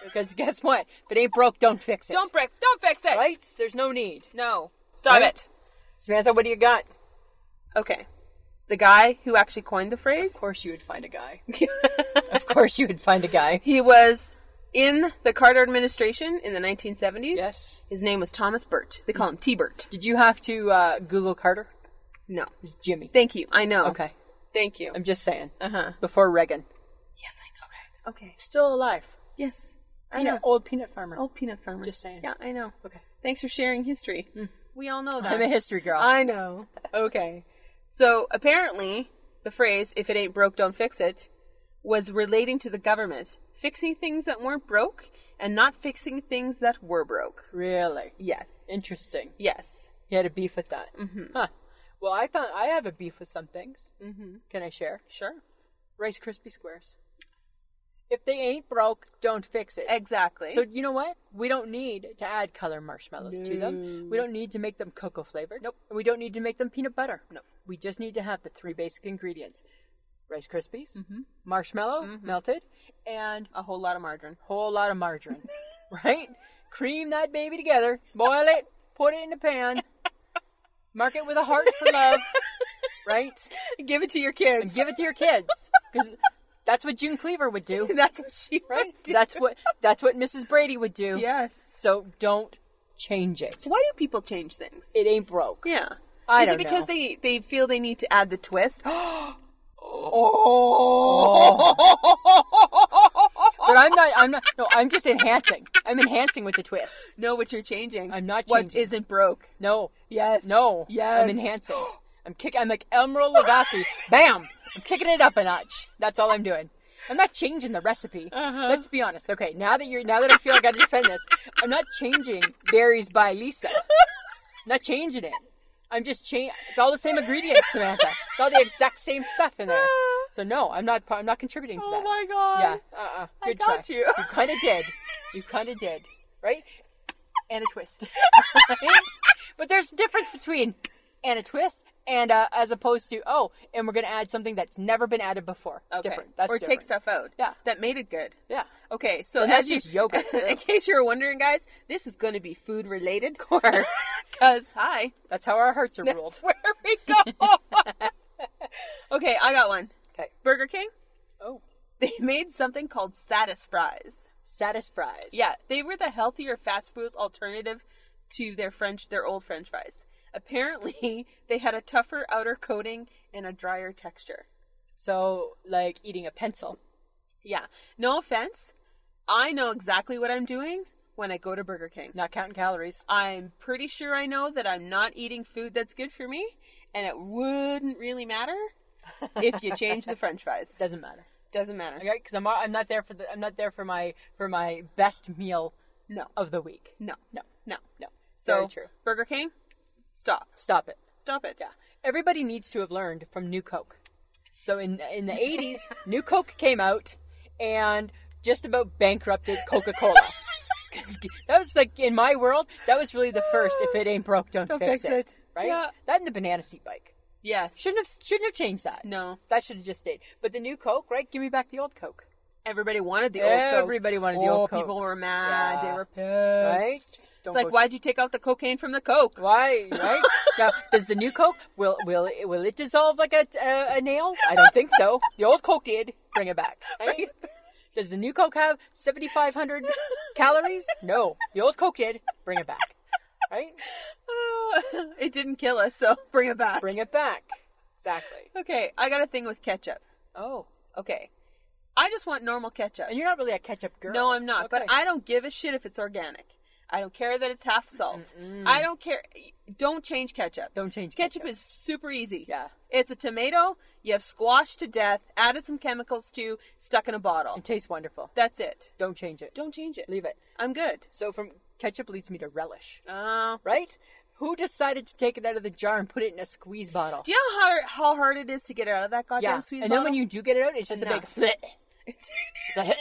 Speaker 5: because guess what? If it ain't broke, don't fix it.
Speaker 4: Don't break. Don't fix it.
Speaker 5: right? There's no need.
Speaker 4: No. Stop
Speaker 5: Right?
Speaker 4: it.
Speaker 5: Samantha, what do you got?
Speaker 4: Okay. The guy who actually coined the phrase.
Speaker 5: Of course you would find a guy. of course you would find a guy.
Speaker 4: He was in the Carter administration in the 1970s.
Speaker 5: Yes. Mm.
Speaker 4: His name was Thomas Burt. They call him T. Burt.
Speaker 5: Did you have to uh, Google Carter?
Speaker 4: No.
Speaker 5: It's Jimmy.
Speaker 4: Thank you. I know.
Speaker 5: Okay.
Speaker 4: Thank you.
Speaker 5: I'm just saying.
Speaker 4: Uh-huh.
Speaker 5: Before Reagan.
Speaker 4: Yes, I know. Okay. Okay.
Speaker 5: Still alive.
Speaker 4: Yes. I
Speaker 5: Peanut,
Speaker 4: know.
Speaker 5: Old peanut farmer.
Speaker 4: Old peanut farmer.
Speaker 5: Just saying.
Speaker 4: Yeah, I know.
Speaker 5: Okay.
Speaker 4: Thanks for sharing history. We all know that.
Speaker 5: I'm a history girl.
Speaker 4: I know. Okay. So apparently, the phrase "if it ain't broke, don't fix it" was relating to the government fixing things that weren't broke and not fixing things that were broke.
Speaker 5: really?
Speaker 4: Yes.
Speaker 5: Interesting.
Speaker 4: Yes.
Speaker 5: You had a beef with that. Mm-hmm. Huh. Well, I found I have a beef with some things. Mm-hmm. Can I share?
Speaker 4: Sure.
Speaker 5: Rice Krispie squares. If they ain't broke, don't fix it.
Speaker 4: Exactly.
Speaker 5: So you know what? We don't need to add color marshmallows to them. We don't need to make them cocoa flavored. Nope. And we don't need to make them peanut butter. No. We just need to have the three basic ingredients: Rice Krispies, marshmallow melted, and
Speaker 4: Mm-hmm.
Speaker 5: a
Speaker 4: a whole lot of margarine.
Speaker 5: whole lot of margarine. right? Cream that baby together, boil it, put it in the pan, mark it with a heart for love. Right?
Speaker 4: Give it to your kids.
Speaker 5: And give it to your kids because that's what June Cleaver would do.
Speaker 4: That's what she
Speaker 5: Right?
Speaker 4: would do.
Speaker 5: That's what that's what Mrs. Brady would do.
Speaker 4: Yes.
Speaker 5: So don't change it.
Speaker 4: Why do people change things?
Speaker 5: It ain't broke.
Speaker 4: Yeah.
Speaker 5: I
Speaker 4: Is
Speaker 5: don't
Speaker 4: it because
Speaker 5: know.
Speaker 4: they they feel they need to add the twist?
Speaker 5: Oh. But I'm not. I'm not. No, I'm just enhancing. I'm enhancing with the twist.
Speaker 4: know what you're changing.
Speaker 5: I'm not
Speaker 4: What
Speaker 5: changing.
Speaker 4: isn't broke.
Speaker 5: No.
Speaker 4: Yes.
Speaker 5: No.
Speaker 4: Yes.
Speaker 5: I'm enhancing.
Speaker 4: Oh
Speaker 5: I'm kick. I'm like Emerald Lagasse. Bam. I'm kicking it up a notch. That's all I'm doing. I'm not changing the recipe.
Speaker 4: Uh-huh.
Speaker 5: Let's be honest. Okay. Now that you're. Now that I feel like I defend this, I'm not changing berries by Lisa. I'm not changing it. I'm just change. It's all the same ingredients, Samantha. It's all the exact same stuff in there. So no, I'm not. I'm not contributing to
Speaker 4: Oh
Speaker 5: that.
Speaker 4: my god.
Speaker 5: Yeah. Uh-uh.
Speaker 4: I
Speaker 5: Good
Speaker 4: got
Speaker 5: try.
Speaker 4: you.
Speaker 5: You kind of did. You kind of did. Right? And a twist. but there's a difference between and a twist and uh, as opposed to oh, and we're gonna add something that's never been added before.
Speaker 4: Okay.
Speaker 5: Different. That's
Speaker 4: or
Speaker 5: different.
Speaker 4: take stuff out.
Speaker 5: Yeah.
Speaker 4: That made it good.
Speaker 5: Yeah.
Speaker 4: Okay, so
Speaker 5: And
Speaker 4: as
Speaker 5: that's
Speaker 4: you-
Speaker 5: just yogurt.
Speaker 4: in case you were wondering, guys, this is going to be food related, of course. Because hi,
Speaker 5: That's how our hearts are ruled.
Speaker 4: that's where we go. okay, I got one.
Speaker 5: Okay.
Speaker 4: Burger King.
Speaker 5: Oh.
Speaker 4: They made something called Satisfries.
Speaker 5: Satisfries.
Speaker 4: Yeah, they were the healthier fast food alternative to their French, their old French fries. Apparently, they had a tougher outer coating and a drier texture.
Speaker 5: So like eating a pencil.
Speaker 4: Yeah, no offense, I know exactly what I'm doing when I go to Burger King.
Speaker 5: Not counting calories.
Speaker 4: I'm pretty sure I know that I'm not eating food that's good for me, and it wouldn't really matter if you change the French fries.
Speaker 5: Doesn't matter.
Speaker 4: Doesn't matter.
Speaker 5: Okay? Because I'm I'm not there for the I'm not there for my for my best meal
Speaker 4: No,
Speaker 5: of the week.
Speaker 4: no, no, no.
Speaker 5: No.
Speaker 4: So
Speaker 5: Very true.
Speaker 4: Burger King, stop,
Speaker 5: Stop it.
Speaker 4: stop it. Yeah.
Speaker 5: everybody needs to have learned from New Coke. So in in the 80s, New Coke came out and just about bankrupted Coca-Cola. 'Cause that was like in my world, that was really the first if it ain't broke don't, fix,
Speaker 4: fix
Speaker 5: it,
Speaker 4: it.
Speaker 5: right?
Speaker 4: Yeah.
Speaker 5: That and the banana seat bike.
Speaker 4: Yes.
Speaker 5: Shouldn't have shouldn't have changed that.
Speaker 4: No.
Speaker 5: That should have just stayed. But the New Coke, right? Give me back the old Coke.
Speaker 4: Everybody wanted the old Coke.
Speaker 5: Everybody wanted the
Speaker 4: Oh,
Speaker 5: old Coke. Ah,
Speaker 4: People were mad.
Speaker 5: Yeah.
Speaker 4: They were pissed.
Speaker 5: Right? Don't
Speaker 4: It's like,
Speaker 5: go-
Speaker 4: why'd you take out the cocaine from the Coke?
Speaker 5: Why? Right? now, does the new Coke will will it, will it dissolve like a a, a nail? I don't think so. The old Coke did. Bring it back. right? Does the new Coke have 7,500 calories? No. The old Coke did. Bring it back. Right?
Speaker 4: Oh, it didn't kill us, so bring it back.
Speaker 5: Bring it back. Exactly.
Speaker 4: Okay, I got a thing with ketchup.
Speaker 5: Oh.
Speaker 4: Okay. I just want normal ketchup.
Speaker 5: And you're not really a ketchup girl.
Speaker 4: No, I'm not. But
Speaker 5: Okay.
Speaker 4: I don't give a shit if it's organic. I don't care that it's half salt. I don't care. Don't change ketchup.
Speaker 5: Don't change
Speaker 4: ketchup.
Speaker 5: ketchup.
Speaker 4: is super easy.
Speaker 5: Yeah.
Speaker 4: It's a tomato you have squashed to death, added some chemicals to, stuck in a bottle.
Speaker 5: It tastes wonderful.
Speaker 4: That's it.
Speaker 5: Don't change it.
Speaker 4: Don't change it.
Speaker 5: Leave it.
Speaker 4: I'm good.
Speaker 5: So from ketchup leads me to relish.
Speaker 4: Uh,
Speaker 5: Right? Who decided to take it out of the jar and put it in a squeeze bottle?
Speaker 4: do you know how, how hard it is to get it out of that goddamn
Speaker 5: yeah.
Speaker 4: sweet
Speaker 5: and then when
Speaker 4: bottle?
Speaker 5: you do get it out, it's just
Speaker 4: Enough.
Speaker 5: a big. It's a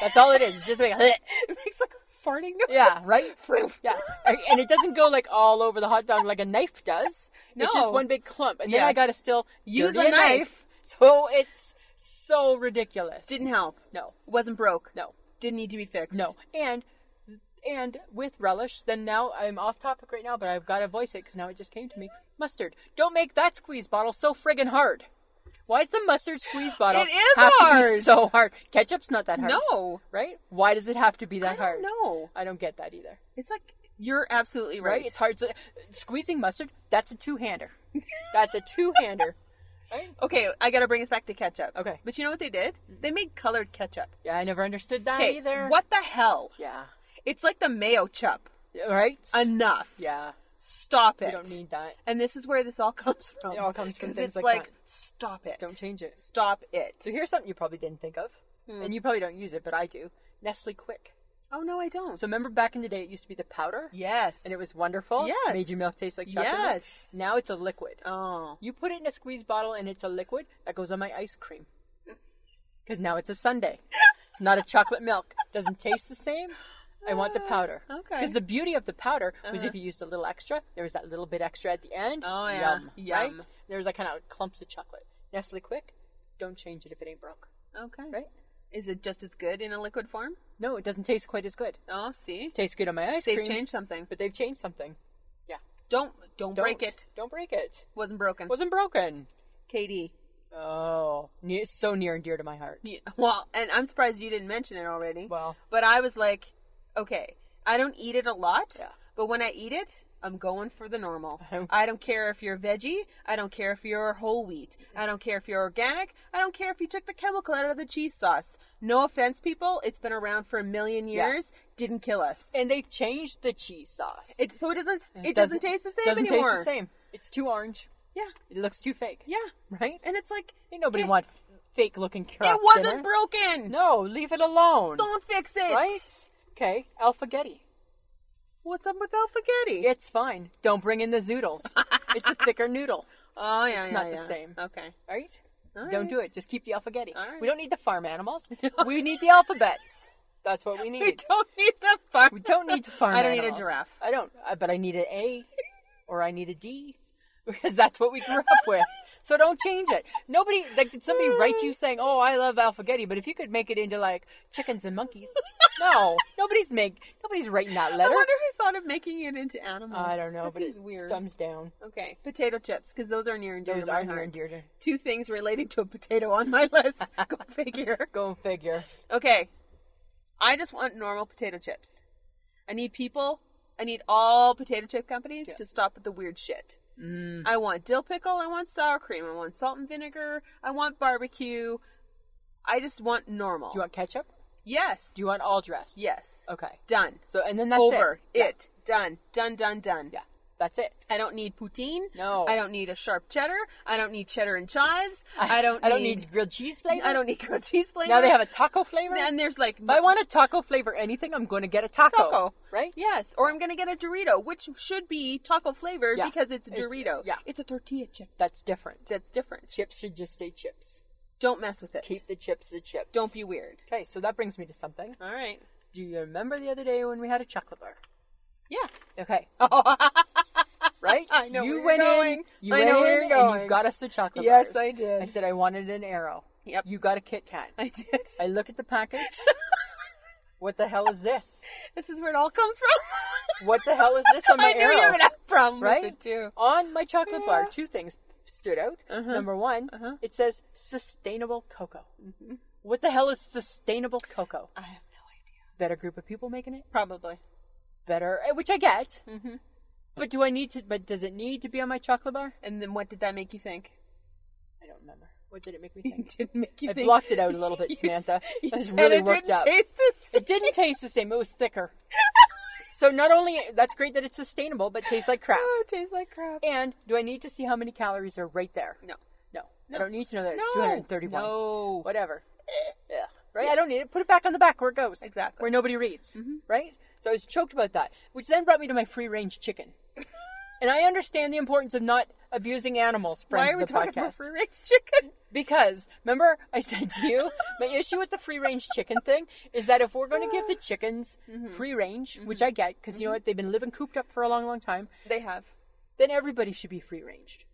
Speaker 5: That's all it is. It's just a big.
Speaker 4: it makes like a farting noise.
Speaker 5: Yeah, right? yeah. And it doesn't go like all over the hot dog like a knife does. It's
Speaker 4: No.
Speaker 5: just one big clump. And then
Speaker 4: Yeah.
Speaker 5: I gotta still
Speaker 4: Use
Speaker 5: dirty
Speaker 4: a knife.
Speaker 5: So it's so ridiculous.
Speaker 4: Didn't help.
Speaker 5: No.
Speaker 4: Wasn't broke.
Speaker 5: No.
Speaker 4: Didn't need to be fixed.
Speaker 5: No. And and with relish, then now I'm off topic right now, but I've got to voice it because now it just came to me. Mustard. Don't make that squeeze bottle so friggin' hard. Why is the mustard squeeze bottle
Speaker 4: It is
Speaker 5: have To be
Speaker 4: hard.
Speaker 5: so hard. Ketchup's not that hard.
Speaker 4: No.
Speaker 5: Right? Why does it have to be that
Speaker 4: I
Speaker 5: hard?
Speaker 4: don't know.
Speaker 5: I don't get that either.
Speaker 4: It's like you're absolutely
Speaker 5: right?
Speaker 4: right.
Speaker 5: It's hard. To, squeezing mustard, that's a two hander. That's a two hander.
Speaker 4: Okay, I gotta bring us back to ketchup.
Speaker 5: Okay.
Speaker 4: But you know what they did? They made colored ketchup.
Speaker 5: Yeah, I never understood that
Speaker 4: Okay.
Speaker 5: either.
Speaker 4: What the hell?
Speaker 5: Yeah.
Speaker 4: It's like the mayo chup.
Speaker 5: Yeah, Right?
Speaker 4: Enough.
Speaker 5: yeah.
Speaker 4: Stop it.
Speaker 5: You don't need that.
Speaker 4: And this is where this all comes from.
Speaker 5: It all comes from
Speaker 4: 'Cause
Speaker 5: things
Speaker 4: it's
Speaker 5: like
Speaker 4: like,
Speaker 5: that.
Speaker 4: stop it.
Speaker 5: Don't change it.
Speaker 4: Stop it.
Speaker 5: So here's something you probably didn't think of,
Speaker 4: Hmm.
Speaker 5: and you probably don't use it, but I do. Nestle Quick.
Speaker 4: oh no, I don't.
Speaker 5: So remember back in the day, it used to be the powder,
Speaker 4: yes.
Speaker 5: and it was wonderful.
Speaker 4: Yes.
Speaker 5: Made your milk taste like chocolate. milk.
Speaker 4: Yes.
Speaker 5: Now it's a liquid.
Speaker 4: Oh.
Speaker 5: You put it in a squeeze bottle, and it's a liquid that goes on my ice cream. Because now it's a sundae. It's not a chocolate milk. Doesn't taste the same. I want the powder.
Speaker 4: okay. Uh-huh.
Speaker 5: Because the beauty of the powder was if you used a little extra, there was that little bit extra at the end.
Speaker 4: Oh, yeah.
Speaker 5: Yum. Right?
Speaker 4: Yum.
Speaker 5: There was that kind of clumps of chocolate. Nestle Quick, don't change it if it ain't broke.
Speaker 4: Okay.
Speaker 5: Right?
Speaker 4: Is it just as good in a liquid form?
Speaker 5: No, it doesn't taste quite as good.
Speaker 4: Oh, see.
Speaker 5: It tastes good on my ice
Speaker 4: They've
Speaker 5: cream.
Speaker 4: changed something.
Speaker 5: But they've changed something.
Speaker 4: Don't don't, break
Speaker 5: Don't-
Speaker 4: it.
Speaker 5: Don't break it.
Speaker 4: Wasn't broken.
Speaker 5: Wasn't broken.
Speaker 4: KD.
Speaker 5: Oh, ne- so near and dear to my heart.
Speaker 4: Yeah, well, and I'm surprised you didn't mention it already.
Speaker 5: Well.
Speaker 4: but I was like, okay, I don't eat it a lot,
Speaker 5: Yeah.
Speaker 4: but when I eat it, I'm going for the normal.
Speaker 5: Uh-huh.
Speaker 4: I don't care if you're veggie. I don't care if you're whole wheat. I don't care if you're organic. I don't care if you took the chemical out of the cheese sauce. No offense, people. It's been around for a million
Speaker 5: Yeah.
Speaker 4: years. Didn't kill us.
Speaker 5: And they've changed the cheese sauce.
Speaker 4: It, so it doesn't. It doesn't, taste the same
Speaker 5: doesn't
Speaker 4: anymore.
Speaker 5: taste the same. It's too orange.
Speaker 4: Yeah,
Speaker 5: It looks too fake.
Speaker 4: yeah.
Speaker 5: Right?
Speaker 4: And it's like
Speaker 5: Ain't nobody
Speaker 4: it-
Speaker 5: wants fake looking crap.
Speaker 4: It wasn't
Speaker 5: dinner.
Speaker 4: broken.
Speaker 5: No, leave it alone.
Speaker 4: Don't fix it.
Speaker 5: Right? Okay, alfagetti.
Speaker 4: What's up with alfagetti?
Speaker 5: It's fine. Don't bring in the zoodles. it's a thicker noodle.
Speaker 4: Oh yeah,
Speaker 5: It's
Speaker 4: yeah,
Speaker 5: not the
Speaker 4: yeah.
Speaker 5: same.
Speaker 4: Okay.
Speaker 5: All right?
Speaker 4: All
Speaker 5: Don't
Speaker 4: right.
Speaker 5: do it. Just keep the alfagetti.
Speaker 4: All right.
Speaker 5: We don't need the farm animals. we need the alphabets. That's what we need.
Speaker 4: We don't need the farm.
Speaker 5: We don't need to farm
Speaker 4: I don't need a
Speaker 5: animals.
Speaker 4: giraffe.
Speaker 5: I don't, I- but I need an A or I need a D because that's what we grew up with. So don't change it. Nobody, like, did somebody write you saying, oh, I love alphagetti, but if you could make it into, like, chickens and monkeys? No, nobody's make, nobody's writing that
Speaker 4: I
Speaker 5: letter.
Speaker 4: wonder who thought of making it into animals.
Speaker 5: I don't know,
Speaker 4: That
Speaker 5: but
Speaker 4: seems
Speaker 5: it's
Speaker 4: weird.
Speaker 5: thumbs down.
Speaker 4: Okay, potato chips because those are near and dear
Speaker 5: Those
Speaker 4: to my
Speaker 5: are near
Speaker 4: heart.
Speaker 5: and dear to-
Speaker 4: Two things relating to a potato on my list. Go figure.
Speaker 5: Go figure.
Speaker 4: Okay, I just want normal potato chips. I need people. I need all potato chip companies to stop with the weird shit. Mm. I want dill pickle. I want sour cream. I want salt and vinegar. I want barbecue. I just want normal.
Speaker 5: Do you want ketchup?
Speaker 4: yes.
Speaker 5: Do you want all dressed?
Speaker 4: yes.
Speaker 5: Okay.
Speaker 4: Done.
Speaker 5: So, and then that's
Speaker 4: over
Speaker 5: it. Yeah.
Speaker 4: Done. Done. Done. Done.
Speaker 5: Yeah. That's it.
Speaker 4: I don't need poutine.
Speaker 5: No.
Speaker 4: I don't need a sharp cheddar. I don't need cheddar and chives. I, don't.
Speaker 5: I don't need, grilled cheese flavor.
Speaker 4: I don't need grilled cheese flavor.
Speaker 5: Now they have a taco flavor.
Speaker 4: And there's like.
Speaker 5: If I want a taco flavor anything, I'm going to get a taco.
Speaker 4: Taco.
Speaker 5: Right?
Speaker 4: Yes, or I'm gonna get a Dorito, which should be taco flavored
Speaker 5: Yeah.
Speaker 4: because it's a
Speaker 5: It's-
Speaker 4: Dorito.
Speaker 5: yeah.
Speaker 4: It's a tortilla chip.
Speaker 5: That's different.
Speaker 4: That's different.
Speaker 5: Chips should just stay chips.
Speaker 4: Don't mess with it.
Speaker 5: Keep the chips the chips.
Speaker 4: Don't be weird.
Speaker 5: Okay, so that brings me to something.
Speaker 4: All right.
Speaker 5: Do you remember the other day when we had a chocolate bar?
Speaker 4: Yeah. Oh,
Speaker 5: Okay. right?
Speaker 4: I know
Speaker 5: you
Speaker 4: where you're
Speaker 5: went in.
Speaker 4: going.
Speaker 5: You
Speaker 4: I
Speaker 5: went
Speaker 4: know where
Speaker 5: in
Speaker 4: you're
Speaker 5: and you
Speaker 4: going.
Speaker 5: got us the chocolate
Speaker 4: Yes,
Speaker 5: bars.
Speaker 4: I did.
Speaker 5: I said I wanted an arrow.
Speaker 4: Yep.
Speaker 5: You got a Kit Kat.
Speaker 4: I did.
Speaker 5: I look at the package. what the hell is this?
Speaker 4: this is where it all comes from.
Speaker 5: What the hell is this on my
Speaker 4: I knew you
Speaker 5: arrow?
Speaker 4: were gonna have a problem
Speaker 5: right?
Speaker 4: with it too.
Speaker 5: On my chocolate bar,
Speaker 4: Yeah.
Speaker 5: two things stood out.
Speaker 4: Uh-huh.
Speaker 5: Number one,
Speaker 4: Uh-huh. Mm-hmm.
Speaker 5: it says sustainable cocoa. What the hell is sustainable cocoa?
Speaker 4: I have no idea.
Speaker 5: Better group of people making it.
Speaker 4: Probably. Mm-hmm.
Speaker 5: Better, eh, which I get. But do I need to? But does it need to be on my chocolate bar?
Speaker 4: And then what did that make you think?
Speaker 5: I don't remember. What did it make me think?
Speaker 4: Didn't make you
Speaker 5: I
Speaker 4: think.
Speaker 5: blocked it out a little bit,
Speaker 4: You
Speaker 5: Samantha.
Speaker 4: you
Speaker 5: This
Speaker 4: said
Speaker 5: really
Speaker 4: it
Speaker 5: worked
Speaker 4: didn't
Speaker 5: out.
Speaker 4: taste the
Speaker 5: It didn't taste the same. It was thicker. So not only that's great that it's sustainable, but it tastes like crap.
Speaker 4: Oh, it tastes like crap.
Speaker 5: And do I need to see how many calories are right there?
Speaker 4: No.
Speaker 5: No. I don't need to know that it's
Speaker 4: No.
Speaker 5: 231.
Speaker 4: No. Eh.
Speaker 5: Whatever. Yeah. Right? I don't need it. Put it back on the back where it goes.
Speaker 4: Exactly. Mm-hmm.
Speaker 5: Where nobody reads. Right? So I was choked about that, which then brought me to my free range chicken. and I understand the importance of not abusing animals, friends
Speaker 4: Why
Speaker 5: of
Speaker 4: are we
Speaker 5: the
Speaker 4: talking
Speaker 5: podcast.
Speaker 4: about free range chicken?
Speaker 5: Because remember, I said to you, my issue with the free range chicken thing is that if we're going to give the chickens free range, which I get, because you know what, they've been living cooped up for a long, long time,
Speaker 4: They have.
Speaker 5: then everybody should be free ranged.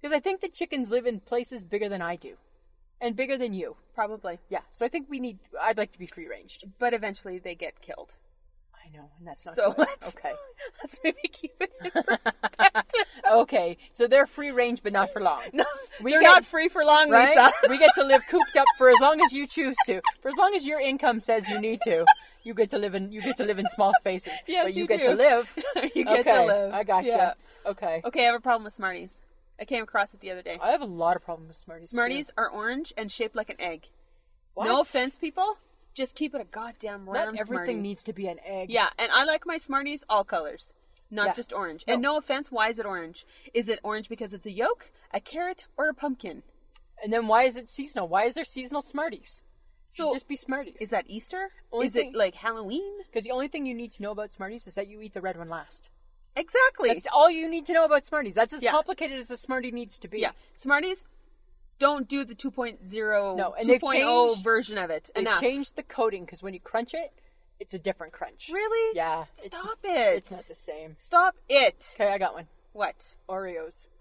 Speaker 5: Because I think the chickens live in places bigger than I do, and bigger than you.
Speaker 4: Probably.
Speaker 5: Yeah, so I think we need. I'd like to be free ranged.
Speaker 4: But eventually they get killed.
Speaker 5: I know, and that's not
Speaker 4: So
Speaker 5: good.
Speaker 4: let's,
Speaker 5: okay.
Speaker 4: let's maybe keep it in perspective.
Speaker 5: Okay, so they're free range, but not for long.
Speaker 4: No,
Speaker 5: We
Speaker 4: they're
Speaker 5: get-
Speaker 4: not free for long,
Speaker 5: right?
Speaker 4: Lisa.
Speaker 5: we get to live cooped up for as long as you choose to. For as long as your income says you need to, you get to live in you get to live in small spaces.
Speaker 4: Yes,
Speaker 5: but you,
Speaker 4: you
Speaker 5: get
Speaker 4: do.
Speaker 5: to live.
Speaker 4: You get to
Speaker 5: okay,
Speaker 4: live.
Speaker 5: I got
Speaker 4: Yeah.
Speaker 5: you. Okay.
Speaker 4: Okay, I have a problem with Smarties. I came across it the other day.
Speaker 5: I have a lot of problems with Smarties. too.
Speaker 4: Smarties are orange and shaped like an egg.
Speaker 5: What?
Speaker 4: No offense, people. Just keep it a goddamn
Speaker 5: Not
Speaker 4: round
Speaker 5: everything
Speaker 4: Smartie.
Speaker 5: needs to be an egg.
Speaker 4: Yeah, and I like my Smarties all colors, not
Speaker 5: Yeah.
Speaker 4: just orange. And no offense, why is it orange? Is it orange because it's a yolk, a carrot, or a pumpkin?
Speaker 5: And then why is it seasonal? Why is there seasonal Smarties?
Speaker 4: So,
Speaker 5: Should just be Smarties.
Speaker 4: Is that Easter?
Speaker 5: Only
Speaker 4: is
Speaker 5: thing-
Speaker 4: it like Halloween?
Speaker 5: because the only thing you need to know about Smarties is that you eat the red one last.
Speaker 4: Exactly.
Speaker 5: That's all you need to know about Smarties. That's as
Speaker 4: Yeah.
Speaker 5: complicated as a Smartie needs to be.
Speaker 4: yeah, Smarties don't do the 2.0
Speaker 5: No, and they've
Speaker 4: 2.0
Speaker 5: changed-
Speaker 4: version of it.
Speaker 5: They
Speaker 4: Enough.
Speaker 5: changed the coating because when you crunch it, it's a different crunch.
Speaker 4: Really?
Speaker 5: Yeah. it's-
Speaker 4: Stop
Speaker 5: It's
Speaker 4: it.
Speaker 5: not the same.
Speaker 4: Stop it.
Speaker 5: Okay, I got one.
Speaker 4: What?
Speaker 5: Oreos.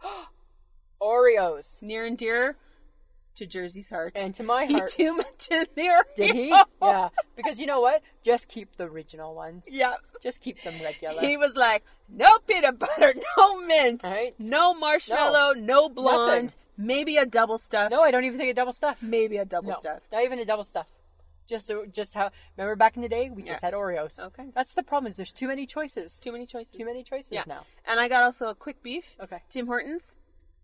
Speaker 5: Oreos.
Speaker 4: Near and dear to Jersey's heart.
Speaker 5: And to my
Speaker 4: he
Speaker 5: heart.
Speaker 4: too much in there.
Speaker 5: Did he? Yeah. Because you know what? Just keep the original ones.
Speaker 4: Yeah.
Speaker 5: Just keep them regular.
Speaker 4: He was like, no peanut butter, no mint,
Speaker 5: Right?
Speaker 4: no marshmallow, no, blonde, maybe a double stuff.
Speaker 5: No, I don't even think of double stuff.
Speaker 4: maybe a double
Speaker 5: no,
Speaker 4: stuff.
Speaker 5: Not even a double stuff. Just a, just how remember back in the day we just
Speaker 4: Yeah.
Speaker 5: had Oreos.
Speaker 4: Okay.
Speaker 5: That's the problem is there's too many choices.
Speaker 4: Too many choices.
Speaker 5: Too many choices
Speaker 4: Yeah.
Speaker 5: now.
Speaker 4: And I got also a quick beef.
Speaker 5: Okay.
Speaker 4: Tim Hortons,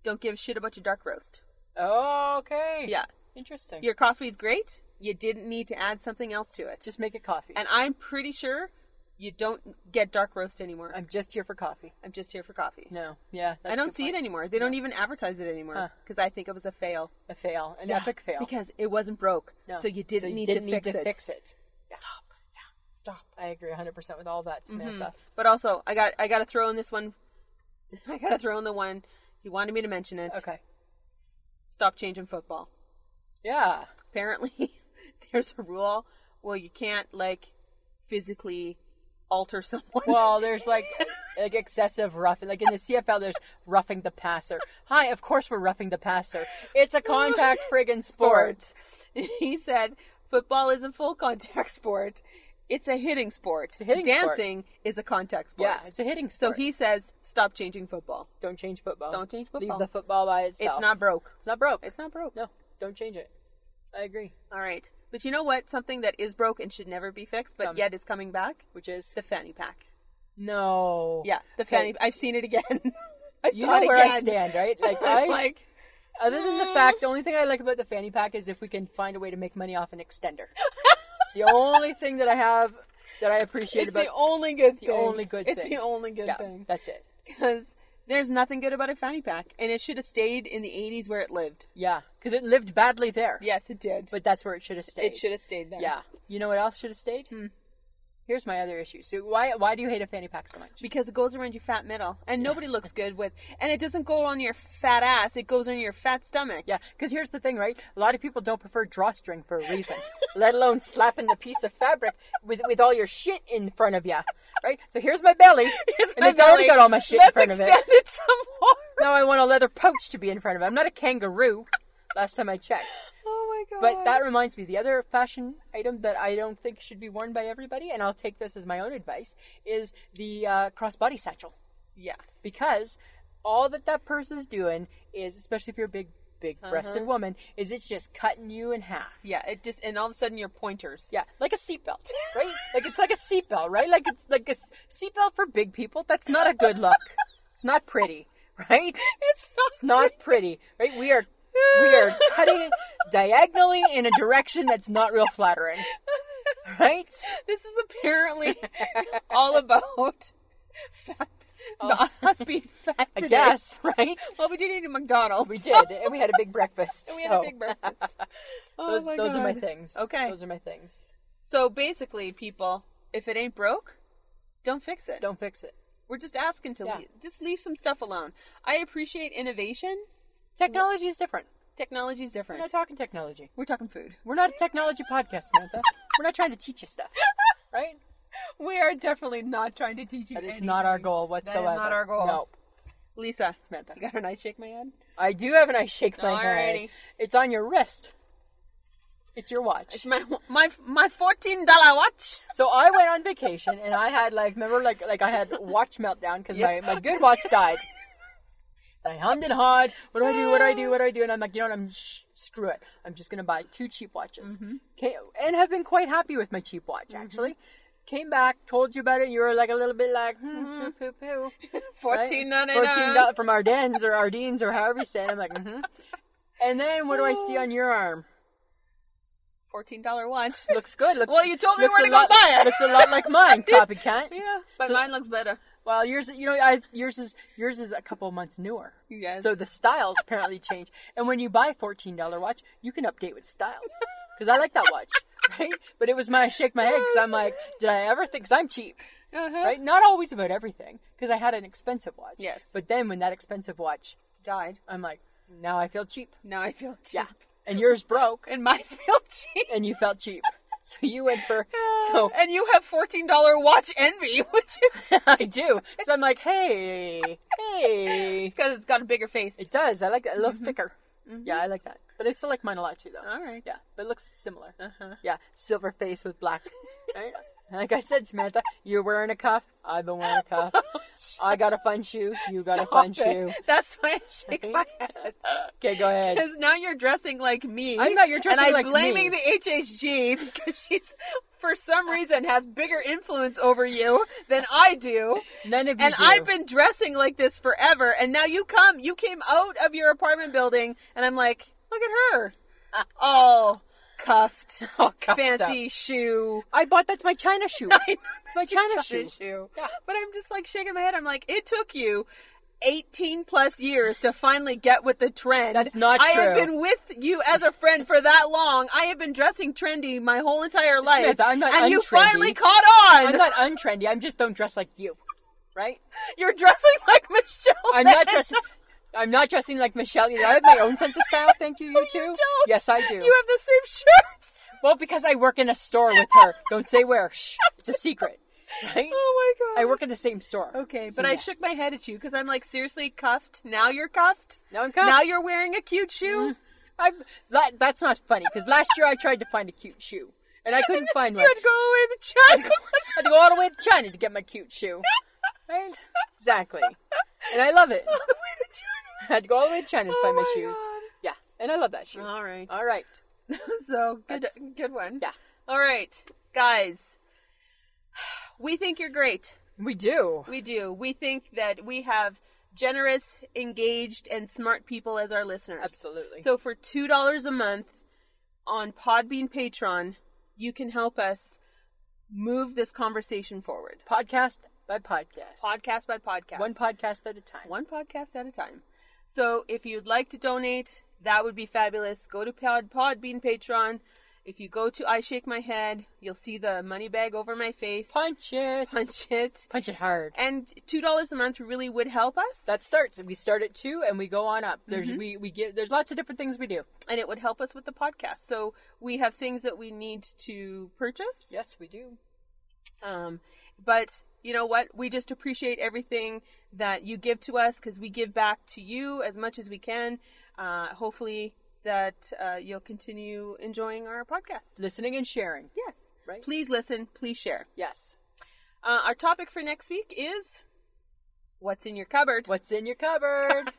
Speaker 4: don't give a shit about your dark roast.
Speaker 5: Okay.
Speaker 4: Yeah.
Speaker 5: Interesting.
Speaker 4: Your coffee's great. You didn't need to add something else to it.
Speaker 5: just make it coffee.
Speaker 4: And I'm pretty sure you don't get dark roast anymore. I'm,
Speaker 5: I'm just here for coffee.
Speaker 4: just here for coffee.
Speaker 5: No. Yeah. That's
Speaker 4: I
Speaker 5: a
Speaker 4: don't
Speaker 5: good
Speaker 4: see
Speaker 5: point.
Speaker 4: it anymore. They don't even advertise it anymore
Speaker 5: Huh.
Speaker 4: because I think it was a fail.
Speaker 5: A fail. An epic fail.
Speaker 4: Because it wasn't broke.
Speaker 5: No.
Speaker 4: So you didn't need
Speaker 5: didn't
Speaker 4: to, fix, it.
Speaker 5: Stop. Yeah. Stop. I agree 100% with all that, Samantha.
Speaker 4: But also, I got I got to throw in this one. I got to throw in the one you wanted me to mention it.
Speaker 5: Okay.
Speaker 4: Stop changing football.
Speaker 5: Yeah.
Speaker 4: Apparently, there's a rule. Well, you can't like physically alter someone.
Speaker 5: Well, there's like like excessive roughing. Like in the CFL, there's roughing the passer. Hi, of course we're roughing the passer. It's a contact friggin' sport.
Speaker 4: he said football is a full contact sport. It's a hitting sport. It's a
Speaker 5: hitting sport.
Speaker 4: Dancing is a contact sport.
Speaker 5: Yeah, it's a hitting
Speaker 4: so
Speaker 5: sport.
Speaker 4: he says, stop changing football.
Speaker 5: don't change football.
Speaker 4: Don't change football.
Speaker 5: Leave the football by itself.
Speaker 4: It's not broke.
Speaker 5: It's not broke.
Speaker 4: It's not broke.
Speaker 5: no. Don't change it. I agree.
Speaker 4: All right. But you know what? Something that is broke and should never be fixed, but
Speaker 5: Tell me.
Speaker 4: yet is coming back?
Speaker 5: Which is
Speaker 4: The fanny pack.
Speaker 5: no.
Speaker 4: Yeah, the
Speaker 5: Okay.
Speaker 4: fanny. I've seen it again. I
Speaker 5: You
Speaker 4: saw
Speaker 5: know
Speaker 4: it
Speaker 5: where I
Speaker 4: again.
Speaker 5: stand, right? Like
Speaker 4: I
Speaker 5: I
Speaker 4: was like, "Mm."
Speaker 5: Other than the fact, the only thing I like about the fanny pack is if we can find a way to make money off an extender. it's the only thing that I have that I appreciate
Speaker 4: it's
Speaker 5: about
Speaker 4: the only good
Speaker 5: the
Speaker 4: thing.
Speaker 5: only good
Speaker 4: it's
Speaker 5: thing.
Speaker 4: the only good
Speaker 5: yeah,
Speaker 4: thing.
Speaker 5: That's it.
Speaker 4: Because there's nothing good about a fanny pack, and it should have stayed in the 80s where it lived.
Speaker 5: Yeah, because it lived badly there.
Speaker 4: Yes, it did.
Speaker 5: but that's where it should have stayed.
Speaker 4: it should have Hmm. stayed there.
Speaker 5: Yeah. You know what else should have stayed? Here's my other issue. So why why do you hate a fanny pack so much?
Speaker 4: Because it goes around your fat middle, and nobody looks good with, and it doesn't go on your fat ass. It goes on your fat stomach.
Speaker 5: yeah, because here's the thing, right? A lot of people don't prefer drawstring for a reason, let alone slapping the piece of fabric with with all your shit in front of you, right? So here's my belly,
Speaker 4: Here's
Speaker 5: and
Speaker 4: my
Speaker 5: it's
Speaker 4: belly.
Speaker 5: already got all my shit
Speaker 4: Let's
Speaker 5: in front of it.
Speaker 4: extend it some more.
Speaker 5: Now I want a leather pouch to be in front of it. I'm not a kangaroo. Last time I checked.
Speaker 4: Oh my god.
Speaker 5: But that reminds me, the other fashion item that I don't think should be worn by everybody, and I'll take this as my own advice, is the uh, crossbody satchel.
Speaker 4: yes.
Speaker 5: Because all that that person's doing is, especially if you're a big big-breasted woman is it's just cutting you in half.
Speaker 4: Uh-huh. Yeah, it just and all of a sudden your pointers.
Speaker 5: Yeah, like a seatbelt, right? like it's like a seatbelt, right? Like it's like a s- seatbelt for big people. That's not a good look. it's not pretty, right? It's not. pretty, right? We are we are cutting diagonally in a direction that's not real flattering, right?
Speaker 4: This is apparently all about fat. Not us being fat
Speaker 5: I
Speaker 4: today.
Speaker 5: guess, right?
Speaker 4: Well, we did eat at McDonald's.
Speaker 5: We did, and we had a big breakfast.
Speaker 4: And we had a
Speaker 5: so
Speaker 4: big breakfast. Oh
Speaker 5: those
Speaker 4: my
Speaker 5: those are my
Speaker 4: God.
Speaker 5: things.
Speaker 4: Okay.
Speaker 5: those are my things.
Speaker 4: So basically, people, if it ain't broke, don't fix it.
Speaker 5: Don't fix it.
Speaker 4: We're just asking to
Speaker 5: Yeah.
Speaker 4: leave. just leave some stuff alone. I appreciate innovation.
Speaker 5: Technology is different.
Speaker 4: Technology's
Speaker 5: We're
Speaker 4: different.
Speaker 5: not talking technology.
Speaker 4: We're talking food.
Speaker 5: We're not a technology podcast, Samantha. We're not trying to teach you stuff, right?
Speaker 4: We are definitely not trying to teach you.
Speaker 5: That is
Speaker 4: anything.
Speaker 5: not our goal whatsoever.
Speaker 4: not our goal.
Speaker 5: No.
Speaker 4: Lisa, Samantha, you got an eye shake my head.
Speaker 5: I do have an I shake my
Speaker 4: Alrighty.
Speaker 5: head. It's on your wrist. It's your watch.
Speaker 4: It's my my my fourteen dollar watch.
Speaker 5: so I went on vacation and I had like remember like like I had watch meltdown because my, my good watch died. I hummed and hawed. What do I do? What do I do? What do I do? And I'm like, you know what? I'm shh, screw it. I'm just gonna buy two cheap watches.
Speaker 4: Mm-hmm.
Speaker 5: Okay, and have been quite happy with my cheap watch actually. Came back, told you about it. You were like a little bit like hmm, poo poo poo.
Speaker 4: Mm-hmm. Fourteen ninety
Speaker 5: Fourteen
Speaker 4: nine.
Speaker 5: dollars from Ardennes or Ardennes or however you say it. I'm like, mm-hmm. And then what do I see on your arm?
Speaker 4: Fourteen dollar watch.
Speaker 5: Looks good. Looks,
Speaker 4: Well, you told me
Speaker 5: looks
Speaker 4: where
Speaker 5: a
Speaker 4: to go
Speaker 5: lot-
Speaker 4: buy it.
Speaker 5: Looks a lot like mine, copycat.
Speaker 4: yeah, but mine looks better.
Speaker 5: Well, yours, you know, I, yours is yours is a couple months newer.
Speaker 4: Yes.
Speaker 5: So the styles apparently change. And when you buy fourteen dollar watch, you can update with styles. Because I like that watch, right? But it was my I shake my head because I'm like, did I ever think? Because I'm cheap,
Speaker 4: Uh-huh.
Speaker 5: right? Not always about everything. Because I had an expensive watch.
Speaker 4: Yes.
Speaker 5: But then when that expensive watch,
Speaker 4: Died.
Speaker 5: I'm like, now I feel cheap.
Speaker 4: Now I feel cheap.
Speaker 5: Yeah. And yours broke,
Speaker 4: And mine feel cheap. Uh,
Speaker 5: and you felt cheap. So you went for so
Speaker 4: and you have fourteen dollar watch envy, which is
Speaker 5: I do. So I'm like, hey, hey.
Speaker 4: because it's got a bigger face.
Speaker 5: It does. I like that. A little thicker. Yeah, I like that. But I still like mine a lot too, though.
Speaker 4: All right.
Speaker 5: Yeah, but it looks similar. Uh-huh. Yeah, silver face with black. Right? like I said, Samantha, you're wearing a cuff. I've been wearing a cuff. I got a fun shoe. You got a fun
Speaker 4: Stop it.
Speaker 5: shoe.
Speaker 4: That's why I shake my head.
Speaker 5: Okay, go ahead.
Speaker 4: Because now you're dressing like me.
Speaker 5: I know, you're dressing
Speaker 4: and I'm
Speaker 5: like
Speaker 4: blaming
Speaker 5: me.
Speaker 4: the HHG because she's, for some reason, has bigger influence over you than I do.
Speaker 5: None of you
Speaker 4: And
Speaker 5: do.
Speaker 4: I've been dressing like this forever. And now you come, you came out of your apartment building, and I'm like, look at her, all cuffed,
Speaker 5: All Uh, cuffed
Speaker 4: fancy shoe.
Speaker 5: I bought that's my China shoe.
Speaker 4: I know
Speaker 5: It's my China, shoe. Yeah.
Speaker 4: But I'm just like shaking my head. I'm like, it took you 18 plus years to finally get with the trend.
Speaker 5: That's not
Speaker 4: I have
Speaker 5: true.
Speaker 4: been with you as a friend for that long. I have been dressing trendy my whole entire life.
Speaker 5: Samantha, I'm not
Speaker 4: and you
Speaker 5: untrendy.
Speaker 4: finally caught on.
Speaker 5: I'm not untrendy. I just don't dress like you. Right?
Speaker 4: You're dressing like Michelle.
Speaker 5: I'm not
Speaker 4: Benz.
Speaker 5: dressing. I'm not dressing like Michelle. You know, I have my own sense of style. Thank you, you
Speaker 4: You
Speaker 5: two.
Speaker 4: don't.
Speaker 5: Yes, I do.
Speaker 4: You have the same shirts.
Speaker 5: Well, because I work in a store with her. Don't say where. Shh. It's a secret. Right?
Speaker 4: Oh my god.
Speaker 5: I work in the same store.
Speaker 4: Okay,
Speaker 5: So
Speaker 4: but I
Speaker 5: yes.
Speaker 4: shook my head at you because I'm like, seriously, cuffed. Now you're cuffed.
Speaker 5: Now I'm cuffed. Mm.
Speaker 4: Now you're wearing a cute shoe.
Speaker 5: I'm, that, that's not funny because last year I tried to find a cute shoe and I couldn't find one.
Speaker 4: You'd go away the child.
Speaker 5: I had to go all the way to China to get my cute shoe. Right? Exactly. And I love it. I had to go all the way to China to find my,
Speaker 4: Oh my
Speaker 5: shoes.
Speaker 4: God.
Speaker 5: Yeah, and I love that shoe.
Speaker 4: All right.
Speaker 5: All right.
Speaker 4: So good,
Speaker 5: That's-
Speaker 4: good one.
Speaker 5: Yeah.
Speaker 4: All right, guys. We think you're great.
Speaker 5: We do.
Speaker 4: We do. We think that we have generous, engaged, and smart people as our listeners.
Speaker 5: Absolutely.
Speaker 4: So for two dollars a month on Podbean Patreon, you can help us move this conversation forward,
Speaker 5: podcast by podcast.
Speaker 4: podcast by podcast,
Speaker 5: One podcast at a time.
Speaker 4: one podcast at a time. So if you'd like to donate, that would be fabulous. Go to Pod Podbean Patreon. If you go to I Shake My Head, you'll see the money bag over my face.
Speaker 5: Punch it.
Speaker 4: Punch it.
Speaker 5: Punch it hard.
Speaker 4: And two dollars a month really would help us,
Speaker 5: that starts. We start at two and we go on up. There's
Speaker 4: Mm-hmm.
Speaker 5: we we get there's lots of different things we do.
Speaker 4: and it would help us with the podcast. So we have things that we need to purchase.
Speaker 5: Yes, we do.
Speaker 4: Um, but you know what? We just appreciate everything that you give to us because we give back to you as much as we can. Uh, hopefully that uh, you'll continue enjoying our podcast.
Speaker 5: Listening and sharing.
Speaker 4: Yes.
Speaker 5: Right.
Speaker 4: Please listen. Please share.
Speaker 5: Yes.
Speaker 4: Uh, our topic for next week is what's in your cupboard.
Speaker 5: What's in your cupboard?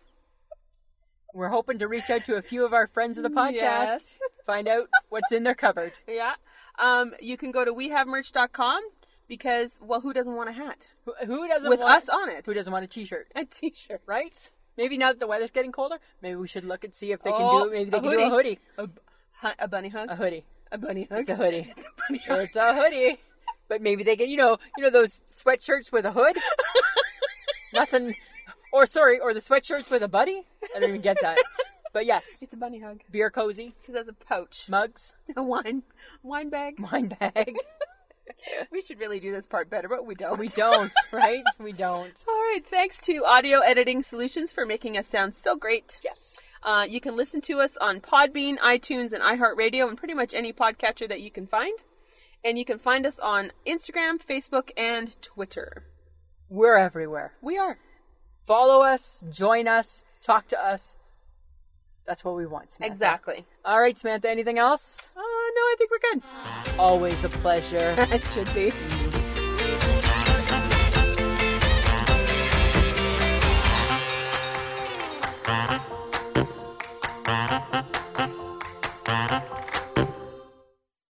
Speaker 5: We're hoping to reach out to a few of our friends of the podcast,
Speaker 4: Yes.
Speaker 5: find out what's in their cupboard.
Speaker 4: Yeah. Um, you can go to wehavemerch.com because, well, who doesn't want a hat?
Speaker 5: Who, who doesn't
Speaker 4: With
Speaker 5: want,
Speaker 4: us on it.
Speaker 5: Who doesn't want a T-shirt?
Speaker 4: A t-shirt.
Speaker 5: Right? Maybe now that the weather's getting colder, maybe we should look and see if they can
Speaker 4: Oh,
Speaker 5: do it. Maybe they
Speaker 4: a
Speaker 5: can do a hoodie. A,
Speaker 4: Hu- a bunny hug?
Speaker 5: a hoodie.
Speaker 4: A bunny hug?
Speaker 5: It's a hoodie.
Speaker 4: It's a bunny hug.
Speaker 5: it's a hoodie. But maybe they can, you know, you know those sweatshirts with a hood. Nothing. Or sorry, or the sweatshirts with a buddy. I don't even get that. But yes,
Speaker 4: It's a bunny hug.
Speaker 5: beer cozy,
Speaker 4: Because that's a pouch.
Speaker 5: mugs,
Speaker 4: A wine, wine bag.
Speaker 5: wine bag.
Speaker 4: We should really do this part better, but we don't.
Speaker 5: We don't, right? We don't.
Speaker 4: All right. Thanks to Audio Editing Solutions for making us sound so great.
Speaker 5: Yes.
Speaker 4: Uh, you can listen to us on Podbean, iTunes, and iHeartRadio, and pretty much any podcatcher that you can find. And you can find us on Instagram, Facebook, and Twitter.
Speaker 5: We're everywhere.
Speaker 4: We are.
Speaker 5: Follow us, join us, talk to us. That's what we want. Samantha.
Speaker 4: Exactly.
Speaker 5: All right, Samantha. Anything else?
Speaker 4: Uh, no, I think we're good.
Speaker 5: Always a pleasure.
Speaker 4: it should be.